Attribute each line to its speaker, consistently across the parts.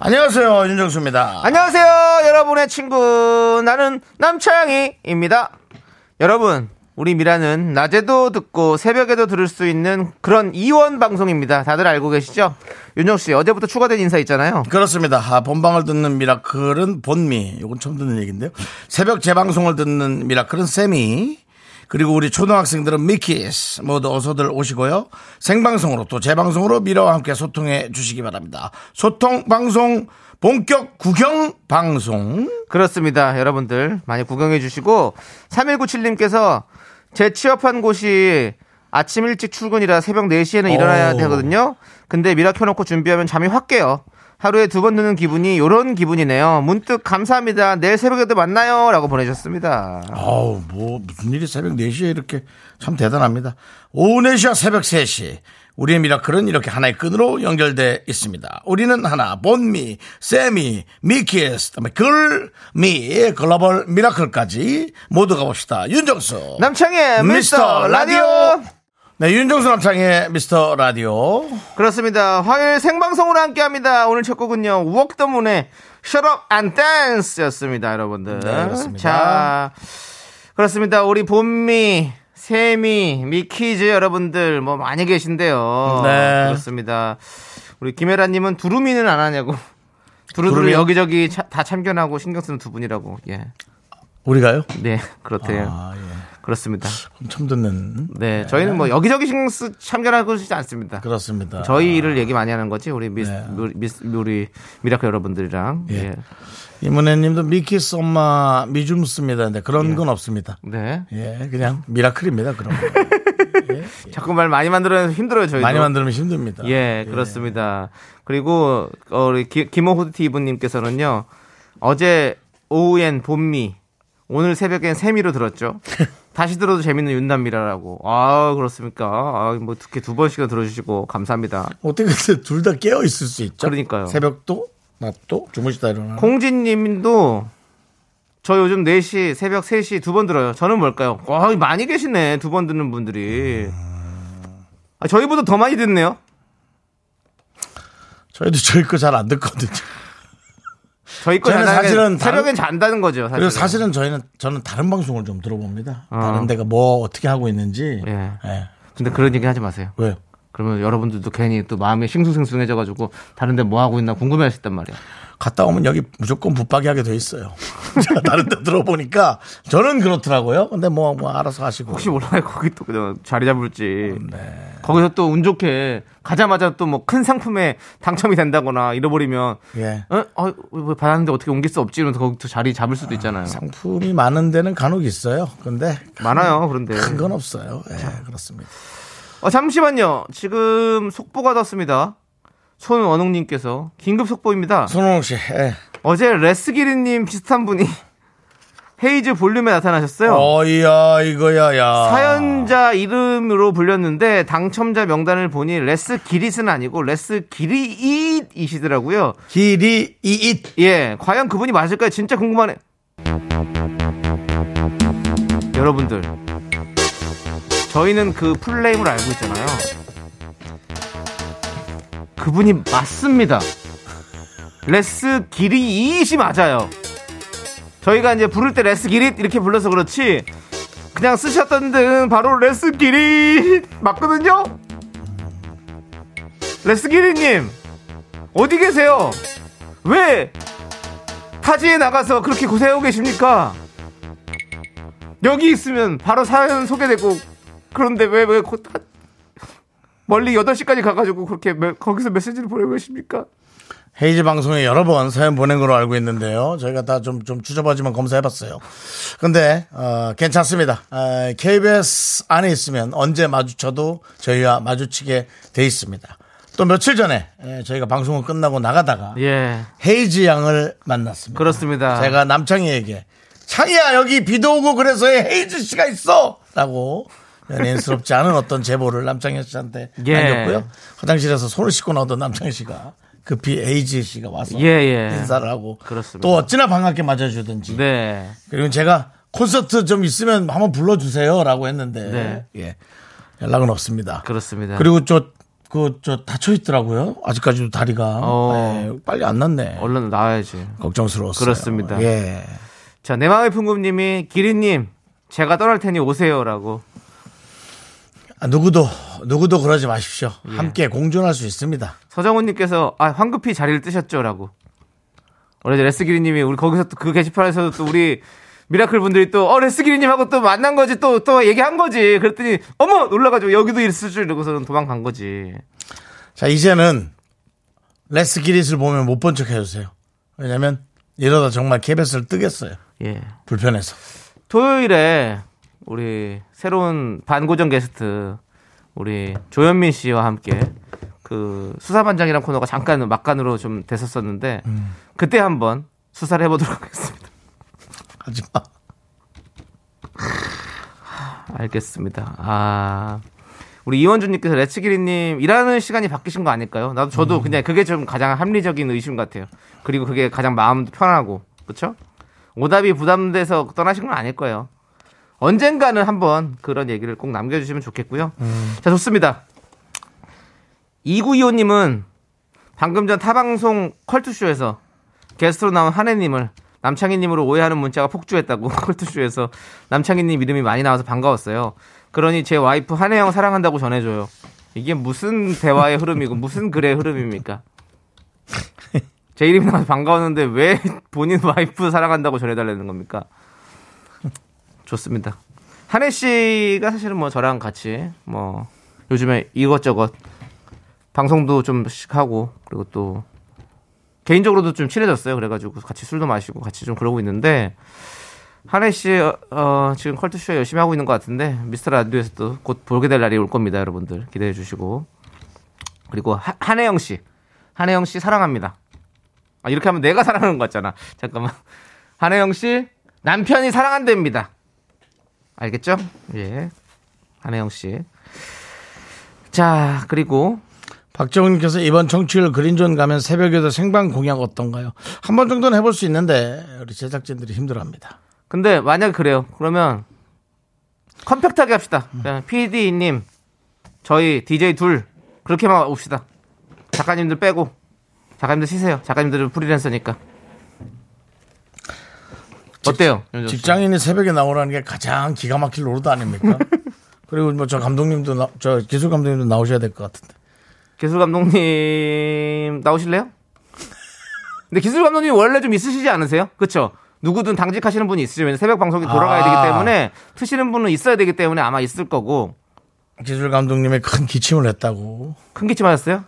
Speaker 1: 안녕하세요 윤정수입니다.
Speaker 2: 안녕하세요, 여러분의 친구. 나는 남차양이입니다. 여러분, 우리 미라는 낮에도 듣고 새벽에도 들을 수 있는 그런 이원 방송입니다. 다들 알고 계시죠? 윤정 씨, 어제부터 추가된 인사 있잖아요.
Speaker 1: 그렇습니다. 아, 본방을 듣는 미라클은 본미. 이건 처음 듣는 얘기인데요. 새벽 재방송을 듣는 미라클은 세미. 그리고 우리 초등학생들은 미키스 모두 어서들 오시고요. 생방송으로 또 재방송으로 미라와 함께 소통해 주시기 바랍니다. 소통 방송 본격 구경 방송.
Speaker 2: 그렇습니다. 여러분들 많이 구경해 주시고 3197님께서 제 취업한 곳이 아침 일찍 출근이라 새벽 4시에는 일어나야
Speaker 1: 오.
Speaker 2: 되거든요. 근데 미라 켜놓고 준비하면 잠이 확 깨요. 하루에 두 번 드는 기분이 요런 기분이네요. 문득 감사합니다. 내일 새벽에도 만나요. 라고 보내셨습니다.
Speaker 1: 아우 뭐 무슨 일이 새벽 4시에 이렇게 참 대단합니다. 오후 4시와 새벽 3시 우리의 미라클은 이렇게 하나의 끈으로 연결돼 있습니다. 우리는 하나 본미, 세미, 미키스, 그다음에 글미 글로벌 미라클까지 모두 가봅시다. 윤정수
Speaker 2: 남창의 미스터 라디오.
Speaker 1: 네, 윤정수 남창의 미스터 라디오.
Speaker 2: 그렇습니다. 화요일 생방송으로 함께 합니다. 오늘 첫 곡은요. 우억 때문에 Shut Up and Dance 였습니다, 여러분들.
Speaker 1: 네, 그렇습니다.
Speaker 2: 자, 그렇습니다. 우리 본미, 세미, 미키즈 여러분들 뭐 많이 계신데요.
Speaker 1: 네.
Speaker 2: 그렇습니다. 우리 김혜라님은 두루미는 안 하냐고. 두루두루
Speaker 1: 두루미요?
Speaker 2: 여기저기 차- 다 참견하고 신경 쓰는 두 분이라고. 예.
Speaker 1: 우리가요?
Speaker 2: 네, 그렇대요.
Speaker 1: 아, 예.
Speaker 2: 그렇습니다.
Speaker 1: 처음 듣는.
Speaker 2: 네, 저희는 뭐 여기저기 신경 쓰, 참견하고 있지 않습니다.
Speaker 1: 그렇습니다.
Speaker 2: 저희 일을 얘기 많이 하는 거지 우리 미스,
Speaker 1: 아. 네.
Speaker 2: 우리 미스 우리 미라클 여러분들이랑
Speaker 1: 예.
Speaker 2: 예.
Speaker 1: 이문혜님도 미키스 엄마 미줌스입니다. 근데
Speaker 2: 예.
Speaker 1: 그런 건 없습니다.
Speaker 2: 네
Speaker 1: 예, 그냥 미라클입니다. 그럼
Speaker 2: 자꾸 말 많이 만들어서 힘들어요 저희도
Speaker 1: 많이 만들면 힘듭니다.
Speaker 2: 예 그렇습니다 그리고 어, 우리 기- 김호호티 이분님께서는요 어제 오후엔 본미 오늘 새벽엔 세미로 들었죠 다시 들어도 재밌는 윤남미라라고 아 그렇습니까 아뭐 특히 두 번씩이나 들어주시고 감사합니다
Speaker 1: 어떻게 근데 둘 다 깨어 있을 수 있죠?
Speaker 2: 그러니까요.
Speaker 1: 새벽도 낮도 주무시다 일어나.
Speaker 2: 콩진님도 저 요즘 4시 새벽 3시 두 번 들어요. 저는 뭘까요? 와 많이 계시네 두 번 듣는 분들이.
Speaker 1: 음.
Speaker 2: 아, 저희보다 더 많이 듣네요.
Speaker 1: 저희도 저희 거 잘 안 듣거든요.
Speaker 2: 저희 거
Speaker 1: 저는
Speaker 2: 자다가
Speaker 1: 사실은
Speaker 2: 새벽엔 잔다는 거죠. 사실은.
Speaker 1: 그리고 사실은 저희는 저는 다른 방송을 좀 들어봅니다. 다른 데가 뭐 어떻게 하고 있는지.
Speaker 2: 예.
Speaker 1: 예.
Speaker 2: 근데 그런 얘기 하지 마세요.
Speaker 1: 왜?
Speaker 2: 그러면 여러분들도 괜히 또 마음이 싱숭생숭해져가지고 다른데 뭐 하고 있나 궁금해하셨단 말이에요.
Speaker 1: 갔다 오면 여기 무조건 붙박이 하게 돼 있어요. 제가 다른 데 들어보니까 저는 그렇더라고요. 근데 뭐, 뭐 알아서 하시고.
Speaker 2: 혹시 몰라요 거기 또 그냥 자리 잡을지. 거기서 또 운 좋게 가자마자 또 뭐 큰 상품에 당첨이 된다거나 잃어버리면
Speaker 1: 예.
Speaker 2: 어? 어, 왜 받았는데 어떻게 옮길 수 없지? 이러면서 거기 또 자리 잡을 수도 있잖아요.
Speaker 1: 상품이 많은 데는 간혹 있어요. 근데
Speaker 2: 많아요, 그런데.
Speaker 1: 큰 건 없어요. 예, 그렇습니다.
Speaker 2: 어, 잠시만요. 지금 속보가 떴습니다. 손원웅님께서 긴급 속보입니다.
Speaker 1: 손호농 씨. 예.
Speaker 2: 어제 레스기리님 비슷한 분이 헤이즈 볼륨에 나타나셨어요.
Speaker 1: 어이야 이거야 야.
Speaker 2: 사연자 이름으로 불렸는데 당첨자 명단을 보니 레스 기릿은 아니고 레스 기리잇이시더라고요.
Speaker 1: 길이 이잇
Speaker 2: 예, 과연 그분이 맞을까요? 진짜 궁금하네. 여러분들, 저희는 그 풀네임을 알고 있잖아요. 그분이 맞습니다. 레스 길이 이시 맞아요. 저희가 이제 부를 때 레스 길이 이렇게 불러서 그렇지 그냥 쓰셨던 데는 바로 레스 길이 맞거든요. 레스 길이님 어디 계세요? 왜 타지에 나가서 그렇게 고생하고 계십니까? 여기 있으면 바로 사연 소개되고 그런데 왜 왜 멀리 8시까지 가가지고 그렇게 메- 거기서 메시지를 보내고 계십니까?
Speaker 1: 헤이즈 방송에 여러 번 사연 보낸 걸로 알고 있는데요. 저희가 다 좀 좀 추접하지만 검사해봤어요. 근데 어, 괜찮습니다. 아, KBS 안에 있으면 언제 마주쳐도 저희와 마주치게 돼 있습니다. 또 며칠 전에 예, 저희가 방송을 끝나고 나가다가
Speaker 2: 예.
Speaker 1: 헤이즈 양을 만났습니다.
Speaker 2: 그렇습니다.
Speaker 1: 제가 남창희에게 창희야 여기 비도 오고 그래서 헤이즈 씨가 있어라고 연예인스럽지 않은 어떤 제보를 남창희 씨한테
Speaker 2: 예.
Speaker 1: 남겼고요. 화장실에서 손을 씻고 나오던 남창희 씨가 급히 헤이즈 씨가 와서
Speaker 2: 예, 예.
Speaker 1: 인사를 하고
Speaker 2: 그렇습니다.
Speaker 1: 또 어찌나 반갑게 맞아주든지
Speaker 2: 네.
Speaker 1: 그리고 제가 콘서트 좀 있으면 한번 불러주세요라고
Speaker 2: 네.
Speaker 1: 했는데 예. 연락은 없습니다.
Speaker 2: 그렇습니다.
Speaker 1: 그리고 저 그 저 다쳐 있더라고요. 아직까지도 다리가
Speaker 2: 어.
Speaker 1: 예, 빨리 안 났네.
Speaker 2: 얼른 나와야지.
Speaker 1: 걱정스러웠어요.
Speaker 2: 그렇습니다.
Speaker 1: 예.
Speaker 2: 자, 내 마음의 풍금님이 기린님, 제가 떠날 테니 오세요라고.
Speaker 1: 아, 누구도 누구도 그러지 마십시오. 함께 공존할 수 있습니다.
Speaker 2: 서정훈님께서 아 황급히 자리를 뜨셨죠라고. 원래 이제 레스기리님이 우리 거기서 또 그 게시판에서도 또 우리 미라클 분들이 또 어 레스기리님하고 또 만난 거지 또 또 얘기한 거지. 그랬더니 어머 놀라가지고 여기도 있을 줄 이러고서는 도망간 거지.
Speaker 1: 자 이제는 레스 기릿을 보면 못 본 척 해주세요. 왜냐면 이러다 정말 KBS를 뜨겠어요.
Speaker 2: 예.
Speaker 1: 불편해서.
Speaker 2: 토요일에 우리 새로운 반고정 게스트 우리 조현민 씨와 함께 그 수사반장이란 코너가 잠깐 막간으로 좀 됐었었는데 그때 한번 수사를 해보도록 하겠습니다.
Speaker 1: 하지 마.
Speaker 2: 알겠습니다. 아 우리 이원주님께서 레츠기리님 일하는 시간이 바뀌신 거 아닐까요? 나도 저도 그냥 그게 좀 가장 합리적인 의심 같아요. 그리고 그게 가장 마음도 편하고 그렇죠? 오답이 부담돼서 떠나신 건 아닐 거예요. 언젠가는 한번 그런 얘기를 꼭 남겨주시면 좋겠고요. 자 좋습니다. 2925님은 방금 전 타방송 컬투쇼에서 게스트로 나온 한혜님을 남창희님으로 오해하는 문자가 폭주했다고 컬투쇼에서 남창희님 이름이 많이 나와서 반가웠어요. 그러니 제 와이프 한혜영 사랑한다고 전해줘요. 이게 무슨 대화의 흐름이고 무슨 글의 흐름입니까? 제 이름이 나와서 반가웠는데 왜 본인 와이프 사랑한다고 전해달라는 겁니까? 좋습니다. 한혜 씨가 사실은 뭐 저랑 같이 뭐 요즘에 이것저것 방송도 좀씩 하고 그리고 또 개인적으로도 좀 친해졌어요. 그래가지고 같이 술도 마시고 같이 좀 그러고 있는데 한혜 씨 어, 어, 지금 컬투쇼 열심히 하고 있는 것 같은데 미스터 라디오에서 또 곧 보게 될 날이 올 겁니다. 여러분들 기대해 주시고 그리고 하- 한혜영 씨 한혜영 씨 사랑합니다. 아, 이렇게 하면 내가 사랑하는 것 같잖아. 잠깐만 한혜영 씨 남편이 사랑한답니다. 알겠죠? 예 한혜영 씨. 자 그리고
Speaker 1: 박정은께서 이번 청취율 그린존 가면 새벽에도 생방 공약 어떤가요? 한 번 정도는 해볼 수 있는데 우리 제작진들이 힘들어합니다.
Speaker 2: 근데 만약 그래요. 그러면 컴팩트하게 합시다. PD님, 저희 DJ 둘 그렇게만 옵시다. 작가님들 빼고 작가님들 쉬세요. 작가님들은 프리랜서니까. 어때요? 윤정수 씨?
Speaker 1: 직장인이 새벽에 나오라는 게 가장 기가 막힐 노릇 아닙니까? 그리고 뭐 저 감독님도 나- 저 기술 감독님도 나오셔야 될 것 같은데.
Speaker 2: 기술 감독님 나오실래요? 근데 기술 감독님 원래 좀 있으시지 않으세요? 그렇죠? 누구든 당직하시는 분이 있으시면 새벽 방송이
Speaker 1: 아.
Speaker 2: 돌아가야 되기 때문에 트시는 분은 있어야 되기 때문에 아마 있을 거고
Speaker 1: 기술 감독님이 큰 기침을 했다고
Speaker 2: 큰 기침 하셨어요?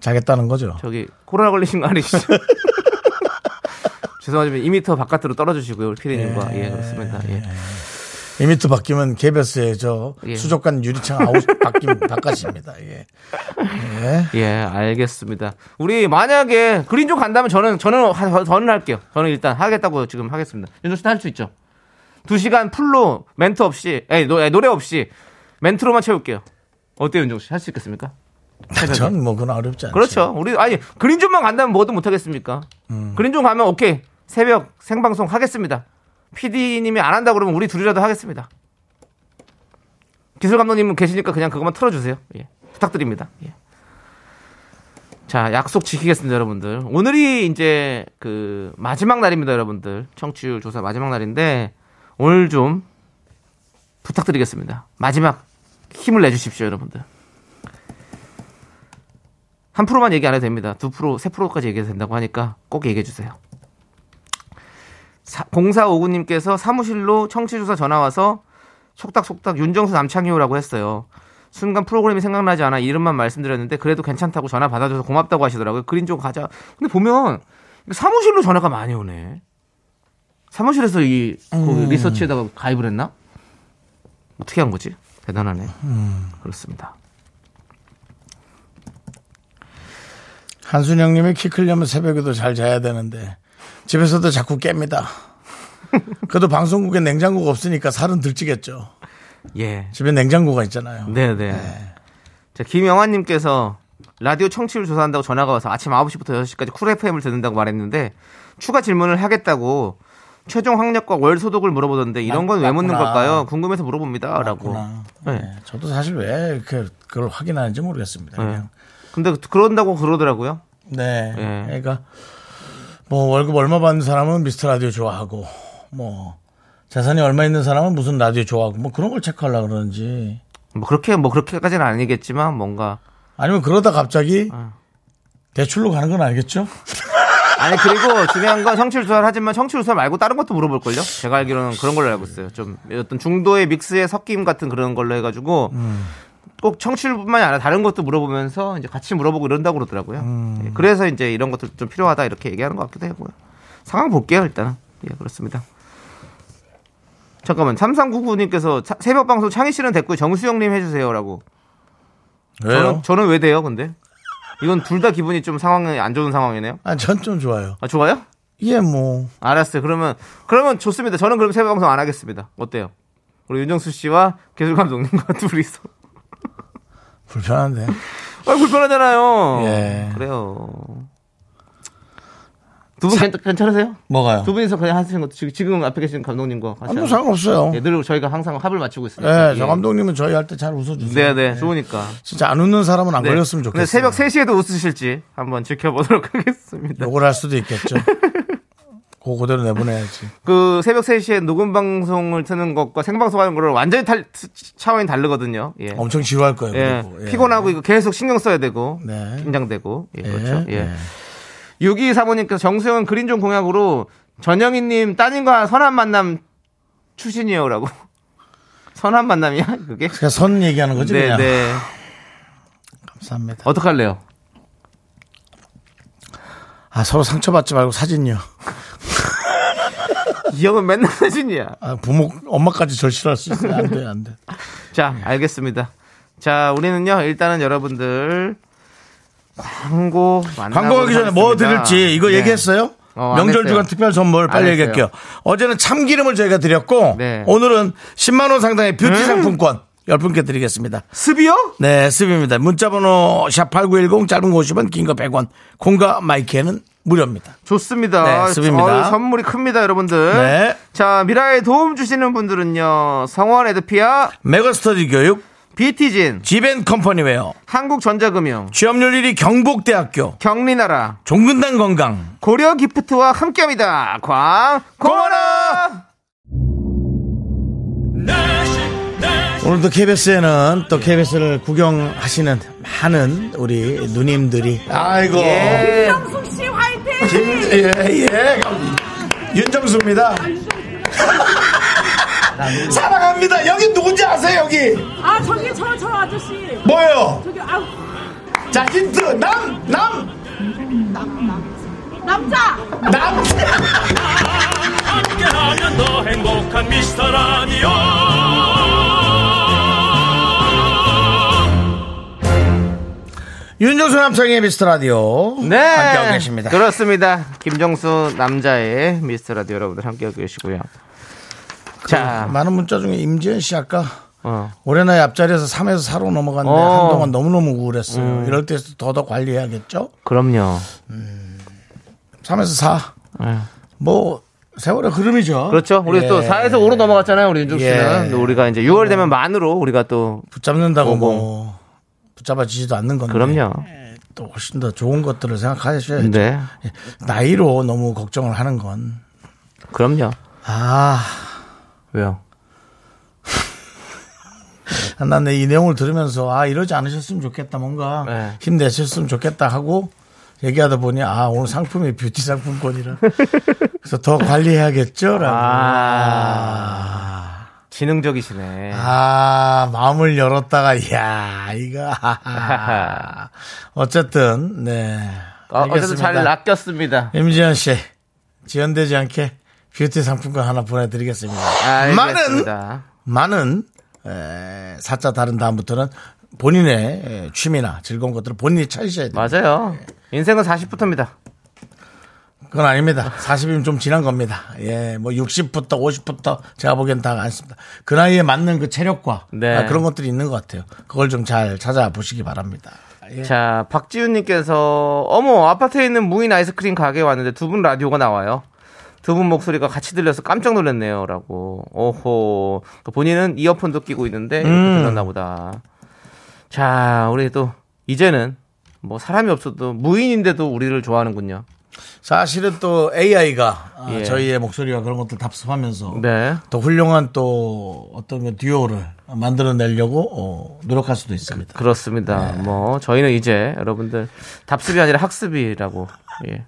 Speaker 1: 자겠다는 거죠.
Speaker 2: 저기 코로나 걸리신 거 아니시죠? 죄송하지만 2m 바깥으로 떨어주시고요, 우리 피디님과 예, 그렇습니다. 예.
Speaker 1: 이미트 바뀌면 KBS의 저
Speaker 2: 예.
Speaker 1: 수족관 유리창 아웃 바뀌면 바깥입니다. 예.
Speaker 2: 예, 알겠습니다. 우리 만약에 그린존 간다면 저는 저는 하- 저는 할게요. 저는 일단 하겠다고 지금 하겠습니다. 윤종 씨도 할 수 있죠? 두 시간 풀로 멘트 없이, 아니, 노, 래 없이 멘트로만 채울게요. 어때요, 윤종 씨? 할 수 있겠습니까?
Speaker 1: 전 뭐 그건 어렵지 않죠.
Speaker 2: 그렇죠. 우리 아니 그린존만 간다면 뭐든 못 하겠습니까? 그린존 가면 오케이 새벽 생방송 하겠습니다. PD님이 안 한다 그러면 우리 둘이라도 하겠습니다. 기술 감독님은 계시니까 그냥 그것만 틀어주세요. 예. 부탁드립니다. 예. 자 약속 지키겠습니다, 여러분들. 오늘이 이제 그 마지막 날입니다, 여러분들. 청취율 조사 마지막 날인데 오늘 좀 부탁드리겠습니다. 마지막 힘을 내주십시오, 여러분들. 한 프로만 얘기 안 해도 됩니다. 두 프로, 세 프로까지 얘기해도 된다고 하니까 꼭 얘기해 주세요. 0459님께서 사무실로 청취조사 전화와서 속닥속닥 윤정수 남창희호라고 했어요. 순간 프로그램이 생각나지 않아 이름만 말씀드렸는데 그래도 괜찮다고 전화 받아줘서 고맙다고 하시더라고요. 그린 쪽 가자. 근데 보면 사무실로 전화가 많이 오네. 사무실에서 이 거기 리서치에다가 가입을 했나? 어떻게 한 거지? 대단하네. 그렇습니다.
Speaker 1: 한순영님이 키 크려면 새벽에도 잘 자야 되는데 집에서도 자꾸 깹니다. 그래도 방송국에 냉장고가 없으니까 살은 들찌겠죠.
Speaker 2: 예.
Speaker 1: 집에 냉장고가 있잖아요.
Speaker 2: 네, 네. 자, 김영환님께서 라디오 청취율 조사한다고 전화가 와서 아침 9시부터 6시까지 쿨 FM을 듣는다고 말했는데 추가 질문을 하겠다고 최종 학력과 월 소득을 물어보던데 이런 건 왜 묻는
Speaker 1: 맞구나.
Speaker 2: 걸까요? 궁금해서 물어봅니다. 라고.
Speaker 1: 그렇구나.
Speaker 2: 네.
Speaker 1: 네, 저도 사실 왜 이렇게 그걸 확인하는지 모르겠습니다.
Speaker 2: 네.
Speaker 1: 그냥.
Speaker 2: 근데 그런다고 그러더라고요.
Speaker 1: 네.
Speaker 2: 네.
Speaker 1: 그러니까 뭐 월급 얼마 받는 사람은 미스터 라디오 좋아하고 뭐 재산이 얼마 있는 사람은 무슨 라디오 좋아하고 뭐 그런 걸 체크하려 그러는지
Speaker 2: 뭐 그렇게 뭐 그렇게까지는 아니겠지만 뭔가
Speaker 1: 아니면 그러다 갑자기 대출로 가는 건 아니겠죠?
Speaker 2: 아니 그리고 중요한 건 청취율 조사를 하지만 청취율 조사 말고 다른 것도 물어볼걸요? 제가 알기로는 그런 걸로 알고 있어요. 좀 어떤 중도의 믹스의 섞임 같은 그런 걸로 해가지고 꼭 청취율뿐만이 아니라 다른 것도 물어보면서 이제 같이 물어보고 이런다고 그러더라고요. 예, 그래서 이제 이런 것들 좀 필요하다 이렇게 얘기하는 것 같기도 하고요. 상황 볼게요 일단은. 예 그렇습니다. 잠깐만 3399님께서 새벽 방송 창희 씨는 됐고 정수영님 해주세요라고. 저는,
Speaker 1: 왜요?
Speaker 2: 저는 왜 돼요 근데? 이건 둘 다 기분이 좀 상황이 안 좋은 상황이네요.
Speaker 1: 아, 전 좀 좋아요.
Speaker 2: 아 좋아요?
Speaker 1: 예, 뭐.
Speaker 2: 알았어요. 그러면 그러면 좋습니다. 저는 그럼 새벽 방송 안 하겠습니다. 어때요? 우리 윤정수 씨와 개술 감독님과 둘이서.
Speaker 1: 불편한데.
Speaker 2: 아 불편하잖아요.
Speaker 1: 예.
Speaker 2: 그래요. 두 분 괜찮으세요?
Speaker 1: 뭐가요?
Speaker 2: 두 분이서 그냥 하시는 것도 지금, 지금 앞에 계신 감독님과 같이
Speaker 1: 아무
Speaker 2: 하는-
Speaker 1: 상관없어요.
Speaker 2: 예,
Speaker 1: 예,
Speaker 2: 늘 저희가 항상 합을 맞추고 있으니까.
Speaker 1: 저 감독님은 저희 할 때 잘 웃어주세요. 예.
Speaker 2: 네, 네, 좋으니까.
Speaker 1: 진짜 안 웃는 사람은 안
Speaker 2: 네.
Speaker 1: 아, 걸렸으면 좋겠어요.
Speaker 2: 근데 새벽 3시에도 웃으실지 한번 지켜보도록 하겠습니다.
Speaker 1: 욕을 할 수도 있겠죠. 그거 그대로 내보내야지.
Speaker 2: 그 새벽 3시에 녹음 방송을 트는 것과 생방송 하는 거를 완전히 탈, 차원이 다르거든요. 예.
Speaker 1: 엄청 지루할 거예요.
Speaker 2: 예,
Speaker 1: 그리고. 예.
Speaker 2: 피곤하고 이거 계속 신경 써야 되고
Speaker 1: 네.
Speaker 2: 긴장되고 예,
Speaker 1: 예,
Speaker 2: 그렇죠. 예.
Speaker 1: 예.
Speaker 2: 6 사모님께서 정수영 그린존 공약으로 전영희님 따님과 선한 만남 추신이요라고 선한 만남이야 그게
Speaker 1: 그냥 선 얘기하는 거지
Speaker 2: 네네
Speaker 1: 그냥. 감사합니다.
Speaker 2: 어떡할래요?
Speaker 1: 아 서로 상처받지 말고 사진요.
Speaker 2: 이 형은 맨날 사진이야.
Speaker 1: 아, 부모 엄마까지 절실할 수 있어요. 안 돼, 안 돼.
Speaker 2: 자 알겠습니다. 자 우리는요 일단은 여러분들 광고 만나보도록
Speaker 1: 광고하기 전에 뭐
Speaker 2: 하겠습니다.
Speaker 1: 드릴지 이거
Speaker 2: 네.
Speaker 1: 얘기했어요?
Speaker 2: 어, 안
Speaker 1: 명절
Speaker 2: 했어요.
Speaker 1: 주간 특별 선물 빨리
Speaker 2: 안 했어요.
Speaker 1: 얘기할게요. 어제는 참기름을 저희가 드렸고
Speaker 2: 네. 음?
Speaker 1: 오늘은 10만 원 상당의 뷰티 상품권 10분께 드리겠습니다.
Speaker 2: 습이요?
Speaker 1: 네, 습입니다. 문자 번호 샵8910 짧은 거 50원, 긴 거 100원. 콩과 마이크는 무료입니다.
Speaker 2: 좋습니다.
Speaker 1: 네, 습입니다.
Speaker 2: 어, 선물이 큽니다, 여러분들.
Speaker 1: 네.
Speaker 2: 자, 미라에 도움 주시는 분들은요. 성원 에드피아,
Speaker 1: 메가스터디 교육
Speaker 2: 비티진,
Speaker 1: 지벤 컴퍼니웨어
Speaker 2: 한국전자금융,
Speaker 1: 취업률 1위 경북대학교
Speaker 2: 경리나라,
Speaker 1: 종근당 건강
Speaker 2: 고려 기프트와 함께합니다. 광, 고마라!
Speaker 3: 내식 내식
Speaker 1: 오늘도 KBS에는 또 KBS를 구경하시는 많은 우리 누님들이 아이고
Speaker 2: 예.
Speaker 4: 씨
Speaker 1: 아,
Speaker 4: 화이팅!
Speaker 1: 예예 윤정수입니다 사랑합니다 여기 누군지 아세요 여기
Speaker 4: 아 저기 저 저 아저씨
Speaker 1: 뭐예요
Speaker 4: 저기 아
Speaker 1: 자 힌트 남남
Speaker 4: 남자
Speaker 1: 남.
Speaker 3: 함께하면 더 행복한 미스터 라디오
Speaker 1: 윤정수 남창의 미스터 라디오
Speaker 2: 네.
Speaker 1: 함께하고 계십니다
Speaker 2: 그렇습니다. 김정수 남자의 미스터 라디오 여러분들 함께하고 계시고요.
Speaker 1: 그
Speaker 2: 자,
Speaker 1: 아, 많은 문자 중에 임지연 씨 아까
Speaker 2: 어.
Speaker 1: 올해 나이 앞자리에서 3에서 4로 넘어갔는데
Speaker 2: 어. 음.
Speaker 1: 한동안 너무너무 우울했어요. 이럴 때 더더 관리해야겠죠?
Speaker 2: 그럼요.
Speaker 1: 3에서 4.
Speaker 2: 예.
Speaker 1: 뭐 세월의 흐름이죠.
Speaker 2: 그렇죠. 우리
Speaker 1: 예.
Speaker 2: 또 4에서 5로 넘어갔잖아요. 우리 윤종 씨는.
Speaker 1: 예.
Speaker 2: 근데 우리가 이제 6월 되면 만으로 우리가 또
Speaker 1: 붙잡는다고
Speaker 2: 오공.
Speaker 1: 뭐 붙잡아지지도 않는 건데.
Speaker 2: 그럼요.
Speaker 1: 또 훨씬 더 좋은 것들을 생각하셔야죠.
Speaker 2: 네.
Speaker 1: 예. 나이로 너무 걱정을 하는 건.
Speaker 2: 그럼요.
Speaker 1: 아,
Speaker 2: 왜요?
Speaker 1: 난 내 이 내용을 들으면서 아 이러지 않으셨으면 좋겠다 뭔가
Speaker 2: 네.
Speaker 1: 힘내셨으면 좋겠다 하고 얘기하다 보니 아 오늘 상품이 뷰티 상품권이라 그래서 더 관리해야겠죠라고
Speaker 2: 아. 지능적이시네.
Speaker 1: 아, 마음을 열었다가, 이야, 이거. 아하하. 어쨌든, 네.
Speaker 2: 어, 어쨌든 잘
Speaker 1: 알겠습니다.
Speaker 2: 낚였습니다.
Speaker 1: 임지현 씨, 지연되지 않게 뷰티 상품권 하나 보내드리겠습니다.
Speaker 2: 알겠습니다.
Speaker 1: 많은, 많은, 에, 사자 다른 다음부터는 본인의 취미나 즐거운 것들을 본인이 찾으셔야 돼요.
Speaker 2: 맞아요. 인생은 40부터입니다.
Speaker 1: 그건 아닙니다. 40이면 좀 지난 겁니다. 예, 뭐 60부터 50부터 제가 보기엔 다 안습니다. 그 나이에 맞는 그 체력과
Speaker 2: 네.
Speaker 1: 아, 그런 것들이 있는 것 같아요. 그걸 좀 잘 찾아보시기 바랍니다. 예.
Speaker 2: 자, 박지윤님께서 어머 아파트에 있는 무인 아이스크림 가게에 왔는데 두 분 라디오가 나와요. 두 분 목소리가 같이 들려서 깜짝 놀랐네요라고. 오호. 그 본인은 이어폰도 끼고 있는데
Speaker 1: 음.
Speaker 2: 이렇게 들었나 보다. 자, 우리 또 이제는 뭐 사람이 없어도 무인인데도 우리를 좋아하는군요.
Speaker 1: 사실은 또 AI가 아,
Speaker 2: 예.
Speaker 1: 저희의 목소리와 그런 것들 답습하면서
Speaker 2: 네.
Speaker 1: 또 훌륭한 또 어떤 그 듀오를 만들어내려고 어, 노력할 수도 있습니다.
Speaker 2: 그렇습니다. 뭐 저희는 이제 여러분들 답습이 아니라 학습이라고. 예.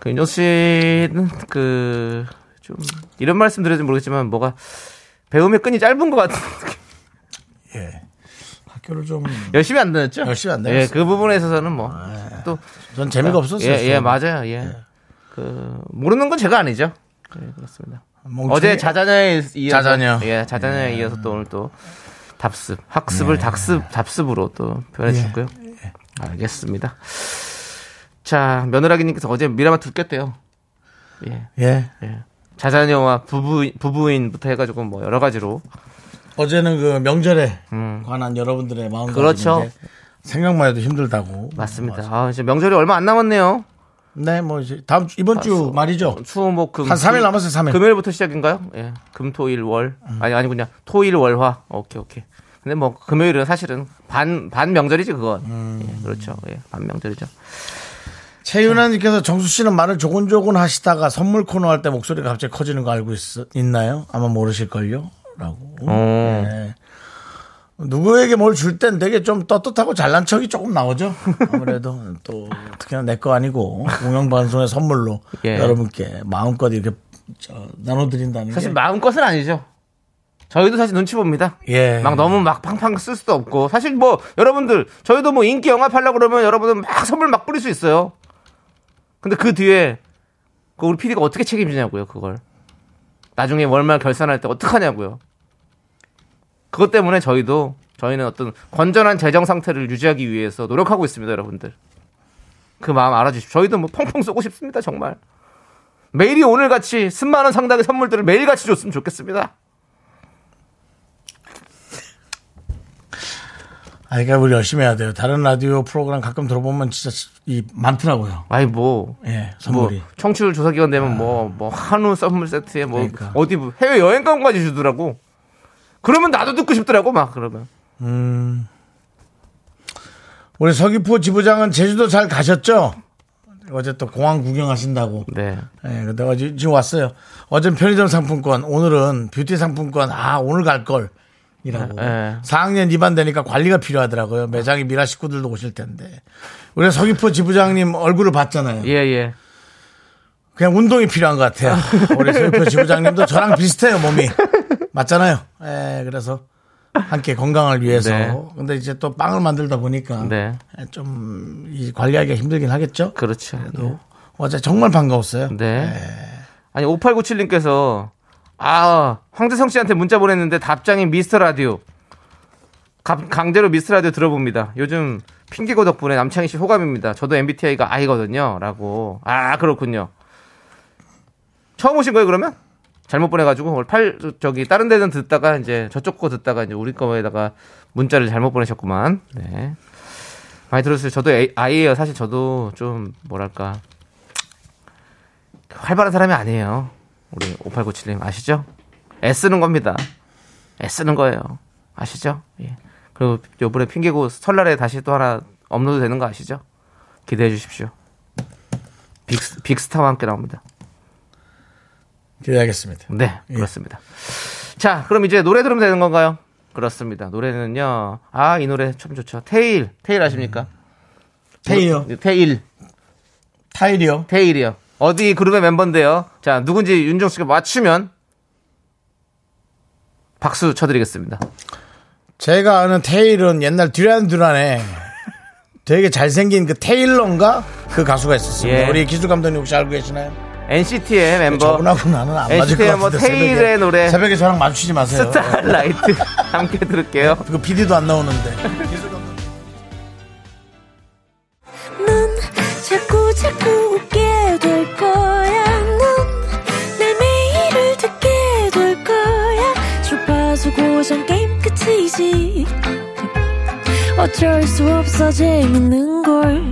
Speaker 2: 그 윤정 씨는 그 좀 이런 말씀 드려지 모르겠지만 뭐가 배움의 끈이 짧은 것 같은 느낌.
Speaker 1: 예. 학교를 좀 전
Speaker 2: 열심히 안 다녔죠?
Speaker 1: 열심히 안
Speaker 2: 예,
Speaker 1: 다녔어요.
Speaker 2: 그 부분에 있어서는 뭐 또
Speaker 1: 재미가 없었어요.
Speaker 2: 예, 예,
Speaker 1: 저는.
Speaker 2: 맞아요. 예. 그 모르는 건 제가 아니죠. 예, 그렇습니다.
Speaker 1: 멍청이-
Speaker 2: 어제 자자녀에 이어서
Speaker 1: 자자녀.
Speaker 2: 예, 자자녀에 이어서 또 오늘 또 답습,
Speaker 1: 예.
Speaker 2: 학습을 답습, 답습으로 또 표현해 주셨고요. 예. 알겠습니다. 자, 며느라기님께서 어제 미라마 들켰대요. 예,
Speaker 1: 예.
Speaker 2: 예. 자자녀와 부부 부부인부터 해가지고 뭐 여러 가지로 음,
Speaker 1: 어제는 그 명절에 관한 여러분들의 마음
Speaker 2: 그렇죠.
Speaker 1: 생각만 해도 힘들다고.
Speaker 2: 맞습니다. 아, 이제 명절이 얼마 안 남았네요.
Speaker 1: 네, 뭐 이제 다음 주 이번 주 말이죠.
Speaker 2: 수목금
Speaker 1: 한 3일 남았어요, 3일.
Speaker 2: 금요일부터 시작인가요? 예. 금, 토, 일, 월. 아니, 아니군요. 토, 일, 월, 화. 오케이, 오케이. 근데 뭐, 금요일은 사실은 반, 반 명절이지, 그건. 예, 그렇죠. 예, 반 명절이죠.
Speaker 1: 최윤아님께서 정수 씨는 말을 조곤조곤 하시다가 선물 코너 할 때 목소리가 갑자기 커지는 거 알고 있, 있나요? 아마 모르실걸요? 라고.
Speaker 2: 어.
Speaker 1: 네. 누구에게 뭘 줄 땐 되게 좀 떳떳하고 잘난 척이 조금 나오죠. 아무래도 또 특히나 내 거 아니고 공영방송의 선물로
Speaker 2: 예.
Speaker 1: 여러분께 마음껏 이렇게 저 나눠드린다는
Speaker 2: 사실
Speaker 1: 게
Speaker 2: 마음껏은 아니죠. 저희도 사실 눈치 봅니다.
Speaker 1: 예.
Speaker 2: 막 너무 막 팡팡 쓸 수도 없고. 사실 뭐, 여러분들, 저희도 뭐 인기 영업하려고 그러면 여러분들 막 선물 막 뿌릴 수 있어요. 근데 그 뒤에, 그 우리 PD가 어떻게 책임지냐고요, 그걸. 나중에 월말 결산할 때 어떡하냐고요. 그것 때문에 저희도, 저희는 어떤 건전한 재정 상태를 유지하기 위해서 노력하고 있습니다, 여러분들. 그 마음 알아주십시오. 저희도 뭐 펑펑 쏘고 싶습니다, 정말. 매일이 오늘같이 10만원 상당의 선물들을 매일같이 줬으면 좋겠습니다.
Speaker 1: 아, 그러니까 우리 열심히 해야 돼요. 다른 라디오 프로그램 가끔 들어보면 진짜 이 많더라고요.
Speaker 2: 아니, 뭐.
Speaker 1: 예,
Speaker 2: 뭐
Speaker 1: 선물이. 아.
Speaker 2: 청취율 조사 기간 되면 뭐 뭐 한우 선물 세트에 뭐
Speaker 1: 그러니까.
Speaker 2: 어디 해외 여행권까지 주더라고. 그러면 나도 듣고 싶더라고 막 그러면.
Speaker 1: 우리 서귀포 지부장은 제주도 잘 가셨죠? 어제 또 공항 구경하신다고.
Speaker 2: 네.
Speaker 1: 예, 근데 어제 지금 왔어요. 어젠 편의점 상품권, 오늘은 뷰티 상품권, 아, 오늘 갈 걸. 이라고.
Speaker 2: 예.
Speaker 1: 4학년 2반 되니까 관리가 필요하더라고요. 매장에 미라 식구들도 오실 텐데. 우리 서귀포 지부장님 얼굴을 봤잖아요.
Speaker 2: 예 예.
Speaker 1: 그냥 운동이 필요한 것 같아요. 우리 서귀포 지부장님도 저랑 비슷해요, 몸이. 맞잖아요. 예, 그래서 함께 건강을 위해서.
Speaker 2: 네.
Speaker 1: 근데 이제 또 빵을 만들다 보니까 예,
Speaker 2: 네.
Speaker 1: 좀 이 관리하기가 힘들긴 하겠죠.
Speaker 2: 그렇죠.
Speaker 1: 그래도 어제 정말 반가웠어요.
Speaker 2: 네. 아니 5897님께서 아 황재성 씨한테 문자 보냈는데 답장이 미스터 라디오. 감- 강제로 미스터 라디오 들어봅니다. 요즘 핑계고 덕분에 남창희 씨 호감입니다. 저도 MBTI가 I거든요.라고. 아 그렇군요. 처음 오신 거예요 그러면? 잘못 보내가지고 오늘 팔 저기 다른 데는 듣다가 이제 저쪽 거 듣다가 이제 우리 거에다가 문자를 잘못 보내셨구만. 네. 많이 들었어요. 저도 A- I예요. 사실 저도 좀 뭐랄까 활발한 사람이 아니에요. 우리 5897님 아시죠? 애쓰는 겁니다. 애쓰는 거예요. 아시죠? 예. 그리고 요번에 핑계고 설날에 다시 또 하나 업로드 되는 거 아시죠? 기대해 주십시오. 빅, 빅스타와 함께 나옵니다.
Speaker 1: 기대하겠습니다.
Speaker 2: 네,
Speaker 1: 예.
Speaker 2: 그렇습니다. 자, 그럼 이제 노래 들으면 되는 건가요? 그렇습니다. 노래는요. 아, 이 노래 참 좋죠. 테일. 테일 아십니까?
Speaker 1: 음.
Speaker 2: 뭐,
Speaker 1: 테일이요?
Speaker 2: 테일.
Speaker 1: 타일이요.
Speaker 2: 테일이요. 어디 그룹의 멤버인데요. 자, 누군지 윤정 씨가 맞추면 박수 쳐드리겠습니다.
Speaker 1: 제가 아는 테일은 옛날 듀란 듀란에 되게 잘생긴 그 테일러인가 그 가수가 있었습니다.
Speaker 2: 예.
Speaker 1: 우리 기술 감독님 혹시 알고 계시나요?
Speaker 2: NCT의 멤버
Speaker 1: 저분하고 나는 안 맞을 것
Speaker 2: NCT 의
Speaker 1: 같은데.
Speaker 2: 뭐 테일의
Speaker 1: 새벽에.
Speaker 2: 노래.
Speaker 1: 새벽에 저랑 마주치지 마세요.
Speaker 2: 스타라이트. 함께 들을게요.
Speaker 1: 그 PD도 안 나오는데.
Speaker 5: 넌 자꾸 자꾸 웃게 될 거야. 넌내 매일을 듣게 될 거야. 주파수 고정 게임 끝이지. 어쩔 수 없어 재밌는 걸.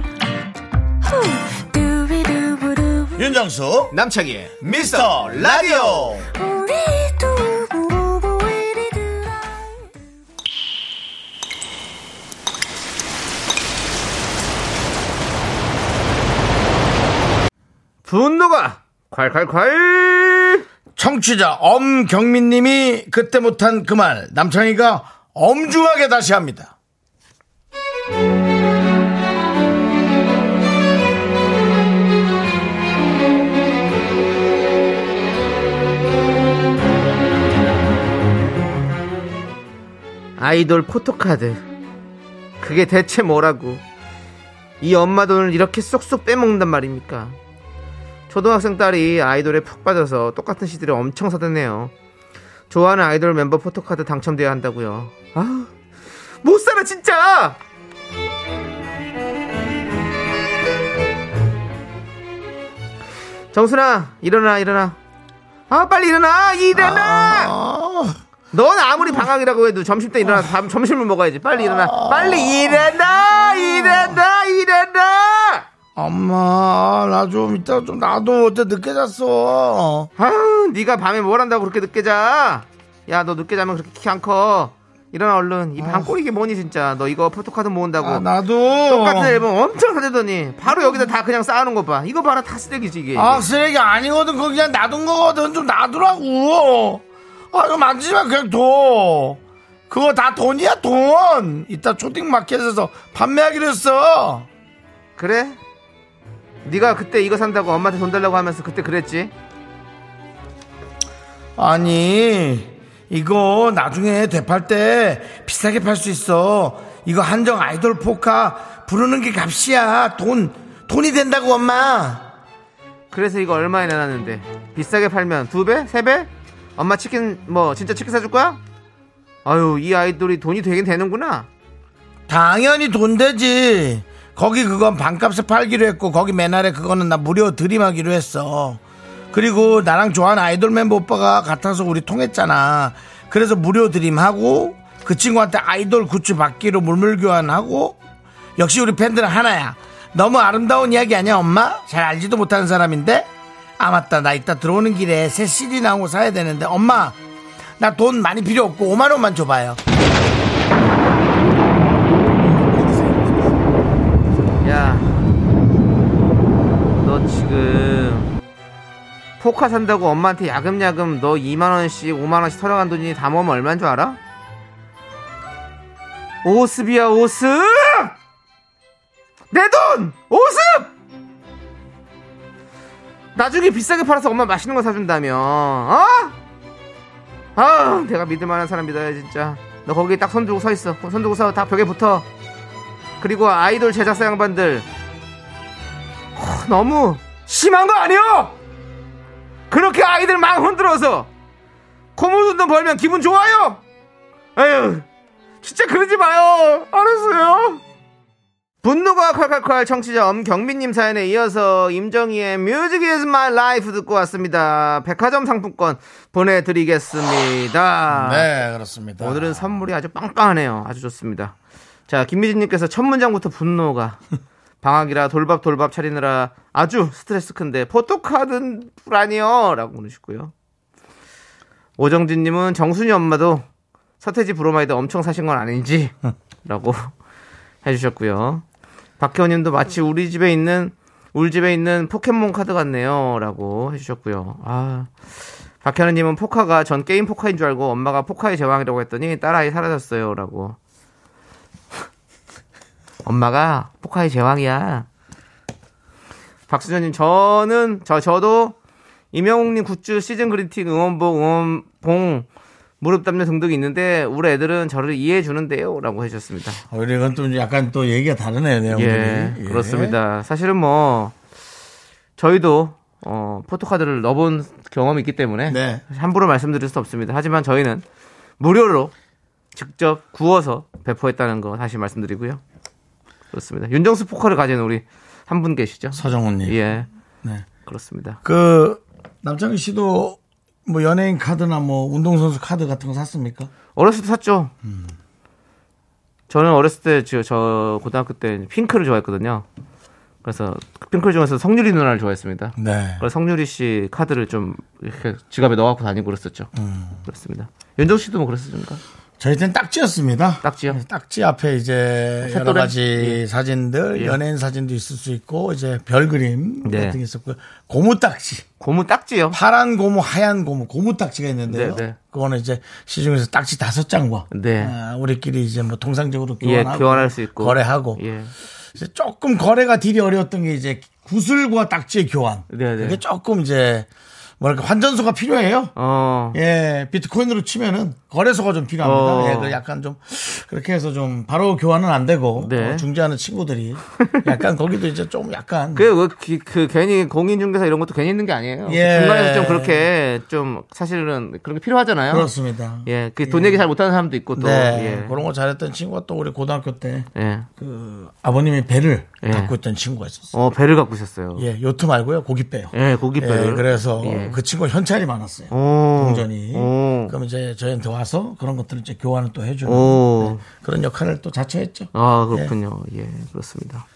Speaker 5: 후. 두비두부두.
Speaker 1: 윤정수
Speaker 2: 남창희의
Speaker 1: 미스터 라디오.
Speaker 5: 우리 두부부부 우리 두라.
Speaker 2: 분노가 콸콸콸
Speaker 1: 청취자 엄경민님이 그때 못한 그 말 남창희가 엄중하게 다시 합니다.
Speaker 2: 아이돌 포토카드 그게 대체 뭐라고 이 엄마 돈을 이렇게 쏙쏙 빼먹는단 말입니까 초등학생 딸이 아이돌에 푹 빠져서 똑같은 CD를 엄청 사대네요 좋아하는 아이돌 멤버 포토카드 당첨돼야 한다고요 아, 못 살아 진짜 정순아 일어나 일어나 아 빨리 일어나 일어나
Speaker 1: 아,
Speaker 2: 넌 아무리 방학이라고 해도 점심 때 일어나서 밥- 점심을 먹어야지. 빨리 일어나. 빨리 일어나! 일어나! 일어나!
Speaker 1: 엄마 나 좀 이따 좀 나도 어제 늦게 잤어.
Speaker 2: 아유, 네가 밤에 뭘 한다고 그렇게 늦게 자? 야, 너 늦게 자면 그렇게 키 안 커. 일어나 얼른. 이 밤꼬리게 뭐니 진짜. 너 이거 포토카드 모은다고.
Speaker 1: 아, 나도
Speaker 2: 똑같은 앨범 엄청 사대더니 바로 여기다 다 그냥 쌓아놓은 거 봐. 이거 봐라 다 쓰레기지 이게.
Speaker 1: 아 쓰레기 아니거든 그거 그냥 놔둔 거거든 좀 놔두라고 아 이거 만지지 마 그냥 둬 그거 다 돈이야 돈 이따 초딩마켓에서 판매하기로 했어
Speaker 2: 그래? 네가 그때 이거 산다고 엄마한테 돈 달라고 하면서 그때 그랬지?
Speaker 1: 아니 이거 나중에 대팔 때 비싸게 팔 수 있어 이거 한정 아이돌 포카 부르는 게 값이야 돈 돈이 된다고 엄마
Speaker 2: 그래서 이거 얼마에 내놨는데 비싸게 팔면 두 배? 세 배? 엄마 치킨 뭐 진짜 치킨 사줄 거야? 아유 이 아이돌이 돈이 되긴 되는구나
Speaker 1: 당연히 돈 되지 거기 그건 반값에 팔기로 했고 거기 맨날에 그거는 나 무료 드림하기로 했어 그리고 나랑 좋아하는 아이돌 멤버 오빠가 같아서 우리 통했잖아 그래서 무료 드림하고 그 친구한테 아이돌 굿즈 받기로 물물 교환하고 역시 우리 팬들은 하나야 너무 아름다운 이야기 아니야 엄마? 잘 알지도 못하는 사람인데 아 맞다 나 이따 들어오는 길에 새 CD 나온 거 사야 되는데 엄마 나 돈 많이 필요 없고 5만 원만 줘봐요
Speaker 2: 야 너 지금 포카 산다고 엄마한테 야금야금 너 2만원씩 5만원씩 털어간 돈이 다 모으면 얼만 줄 알아? 오습이야 오습! 내 돈 오습! 나중에 비싸게 팔아서 엄마 맛있는 거 사준다며 어? 아 내가 믿을 만한 사람 믿어야 진짜 너 거기 딱 손 들고 서 있어 손 들고 서 다 벽에 붙어 그리고 아이돌 제작사 양반들 허, 너무 심한 거 아니요? 그렇게 아이들 막 흔들어서 고무돈도 벌면 기분 좋아요? 에휴 진짜 그러지 마요 알았어요 분노가 칼칼칼 청취자 엄경민님 사연에 이어서 임정희의 뮤직 is my life 듣고 왔습니다 백화점 상품권 보내드리겠습니다
Speaker 1: 네 그렇습니다
Speaker 2: 아. 오늘은 선물이 아주 빵빵하네요. 아주 좋습니다. 자, 김미진님께서 첫 문장부터 분노가. 방학이라 돌밥 돌밥 차리느라 아주 스트레스 큰데 포토카드는 불아니요 라고 보내주시고요. 오정진님은 정순이 엄마도 서태지 브로마이드 엄청 사신 건 아닌지 라고 해주셨고요. 박혜원님도 마치 우리 집에 있는 우리 집에 있는 포켓몬 카드 같네요 라고 해주셨고요. 아 박현우님은 포카가 전 게임 포카인 줄 알고 엄마가 포카의 제왕이라고 했더니 딸아이 사라졌어요라고. 엄마가 포카의 제왕이야. 박수현님 저는 저 저도 임영웅님 굿즈 시즌 그리팅 응원봉 응원봉 무릎 담요 등등이 있는데 우리 애들은 저를 이해해 주는데요라고 해주셨습니다.
Speaker 1: 오히려 어, 이건 좀 약간 또 얘기가 다르네요, 내용들이.
Speaker 2: 예, 그렇습니다. 사실은 뭐 저희도 어, 포토카드를 넣어본 경험이 있기 때문에
Speaker 1: 네.
Speaker 2: 함부로 말씀드릴 수 없습니다. 하지만 저희는 무료로 직접 구워서 배포했다는 거 다시 말씀드리고요. 그렇습니다. 윤정수 포커를 가진 우리 한 분 계시죠?
Speaker 1: 서정훈님.
Speaker 2: 예.
Speaker 1: 네.
Speaker 2: 그렇습니다.
Speaker 1: 그 남창희 씨도 뭐 연예인 카드나 뭐 운동선수 카드 같은 거 샀습니까?
Speaker 2: 어렸을 때 샀죠.
Speaker 1: 음.
Speaker 2: 저는 어렸을 때, 저, 저 고등학교 때 핑크를 좋아했거든요. 그래서 핑크 중에서 성유리 누나를 좋아했습니다.
Speaker 1: 네.
Speaker 2: 그래서 성유리 씨 카드를 좀 이렇게 지갑에 넣어갖고 다니고 그랬었죠.
Speaker 1: 음.
Speaker 2: 그렇습니다. 윤정 씨도 뭐 그랬었습니까?
Speaker 1: 저희 때는 딱지였습니다.
Speaker 2: 딱지요?
Speaker 1: 네, 딱지 앞에 이제
Speaker 2: 샛도래?
Speaker 1: 여러 가지
Speaker 2: 예.
Speaker 1: 사진들,
Speaker 2: 예.
Speaker 1: 연예인 사진도 있을 수 있고 이제 별 그림
Speaker 2: 네.
Speaker 1: 같은 게 있었고요. 고무 딱지,
Speaker 2: 고무 딱지요.
Speaker 1: 파란 고무, 하얀 고무, 고무 딱지가 있는데요.
Speaker 2: 네, 네.
Speaker 1: 그거는 이제 시중에서 딱지 다섯 장과
Speaker 2: 네.
Speaker 1: 아, 우리끼리 이제 뭐 통상적으로
Speaker 2: 예,
Speaker 1: 교환하고
Speaker 2: 교환할 수 있고.
Speaker 1: 거래하고
Speaker 2: 예.
Speaker 1: 이제 조금 거래가 딜이 어려웠던 게 이제 구슬과 딱지의 교환.
Speaker 2: 네, 네.
Speaker 1: 그게 조금 이제 뭐랄까 환전소가 필요해요.
Speaker 2: 어.
Speaker 1: 예, 비트코인으로 치면은 거래소가 좀 필요합니다.
Speaker 2: 어.
Speaker 1: 예, 그래서 약간 좀 그렇게 해서 좀 바로 교환은 안 되고
Speaker 2: 네.
Speaker 1: 어, 중재하는 친구들이 약간 거기도 이제 좀 약간
Speaker 2: 그, 그, 기- 그, 괜히 공인중개사 이런 것도 괜히 있는 게 아니에요.
Speaker 1: 예.
Speaker 2: 중간에서 좀 그렇게 좀 사실은 그런 게 필요하잖아요.
Speaker 1: 그렇습니다.
Speaker 2: 예, 그 돈 얘기 잘 못하는 사람도 있고 또.
Speaker 1: 네,
Speaker 2: 예.
Speaker 1: 그런 거 잘했던 친구가 또 우리 고등학교 때그
Speaker 2: 예.
Speaker 1: 아버님이 배를
Speaker 2: 예.
Speaker 1: 갖고 있던 친구가 있었어요.
Speaker 2: 어, 배를 갖고 있었어요. 예,
Speaker 1: 예, 요트 말고요, 고깃배요.
Speaker 2: 고기 배를.
Speaker 1: 예, 그래서
Speaker 2: 예.
Speaker 1: 그 친구 가 현찰이 많았어요.
Speaker 2: 오.
Speaker 1: 동전이.
Speaker 2: 오.
Speaker 1: 그럼 이제 저희한테 와서 그런 것들을 이제 교환을 또 해주는
Speaker 2: 오.
Speaker 1: 그런 역할을 또 자처했죠.
Speaker 2: 아, 그렇군요. 예, 그렇습니다.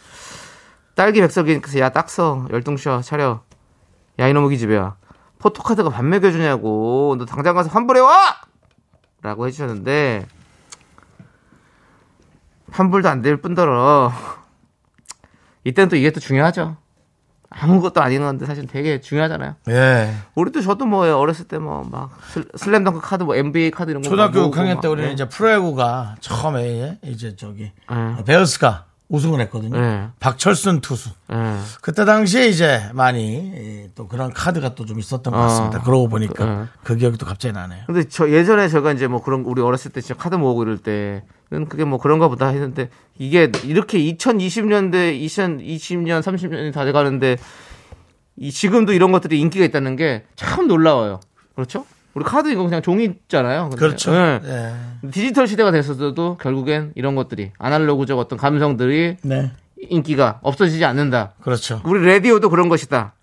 Speaker 2: 딸기 백석이니까 야, 딱서. 열둥셔. 차려. 야, 이놈의 기집애야. 포토카드가 반 매겨주냐고. 너 당장 가서 환불해와! 라고 해주셨는데, 환불도 안 될 뿐더러, 이때는 또 이게 또 중요하죠. 아무것도 아닌 건데 사실 되게 중요하잖아요.
Speaker 1: 예.
Speaker 2: 우리도 저도 뭐 어렸을 때 뭐 막 슬램덩크 카드 뭐 NBA 카드 이런 거
Speaker 1: 초등학교
Speaker 2: 모으고
Speaker 1: 6학년
Speaker 2: 막,
Speaker 1: 때 우리는
Speaker 2: 예.
Speaker 1: 이제 프로야구가 처음에 이제 저기
Speaker 2: 예.
Speaker 1: 베어스가 우승을 했거든요.
Speaker 2: 예.
Speaker 1: 박철순 투수.
Speaker 2: 예.
Speaker 1: 그때 당시에 이제 많이 예, 또 그런 카드가 또 좀 있었던 것 같습니다.
Speaker 2: 어.
Speaker 1: 그러고 보니까
Speaker 2: 예.
Speaker 1: 그 기억이 또 갑자기 나네요.
Speaker 2: 근데 저 예전에 제가 이제 뭐 그런 우리 어렸을 때 진짜 카드 모으고 이럴 때는 그게 뭐 그런가 보다 했는데 이게 이렇게 2020년대 2020년 30년이 다 돼가는데 이 지금도 이런 것들이 인기가 있다는 게 참 놀라워요. 그렇죠? 우리 카드 이거 그냥 종이 있잖아요. 근데.
Speaker 1: 그렇죠.
Speaker 2: 예.
Speaker 1: 예.
Speaker 2: 디지털 시대가 됐어도 결국엔 이런 것들이 아날로그적 어떤 감성들이
Speaker 1: 네.
Speaker 2: 인기가 없어지지 않는다.
Speaker 1: 그렇죠.
Speaker 2: 우리 라디오도 그런 것이다.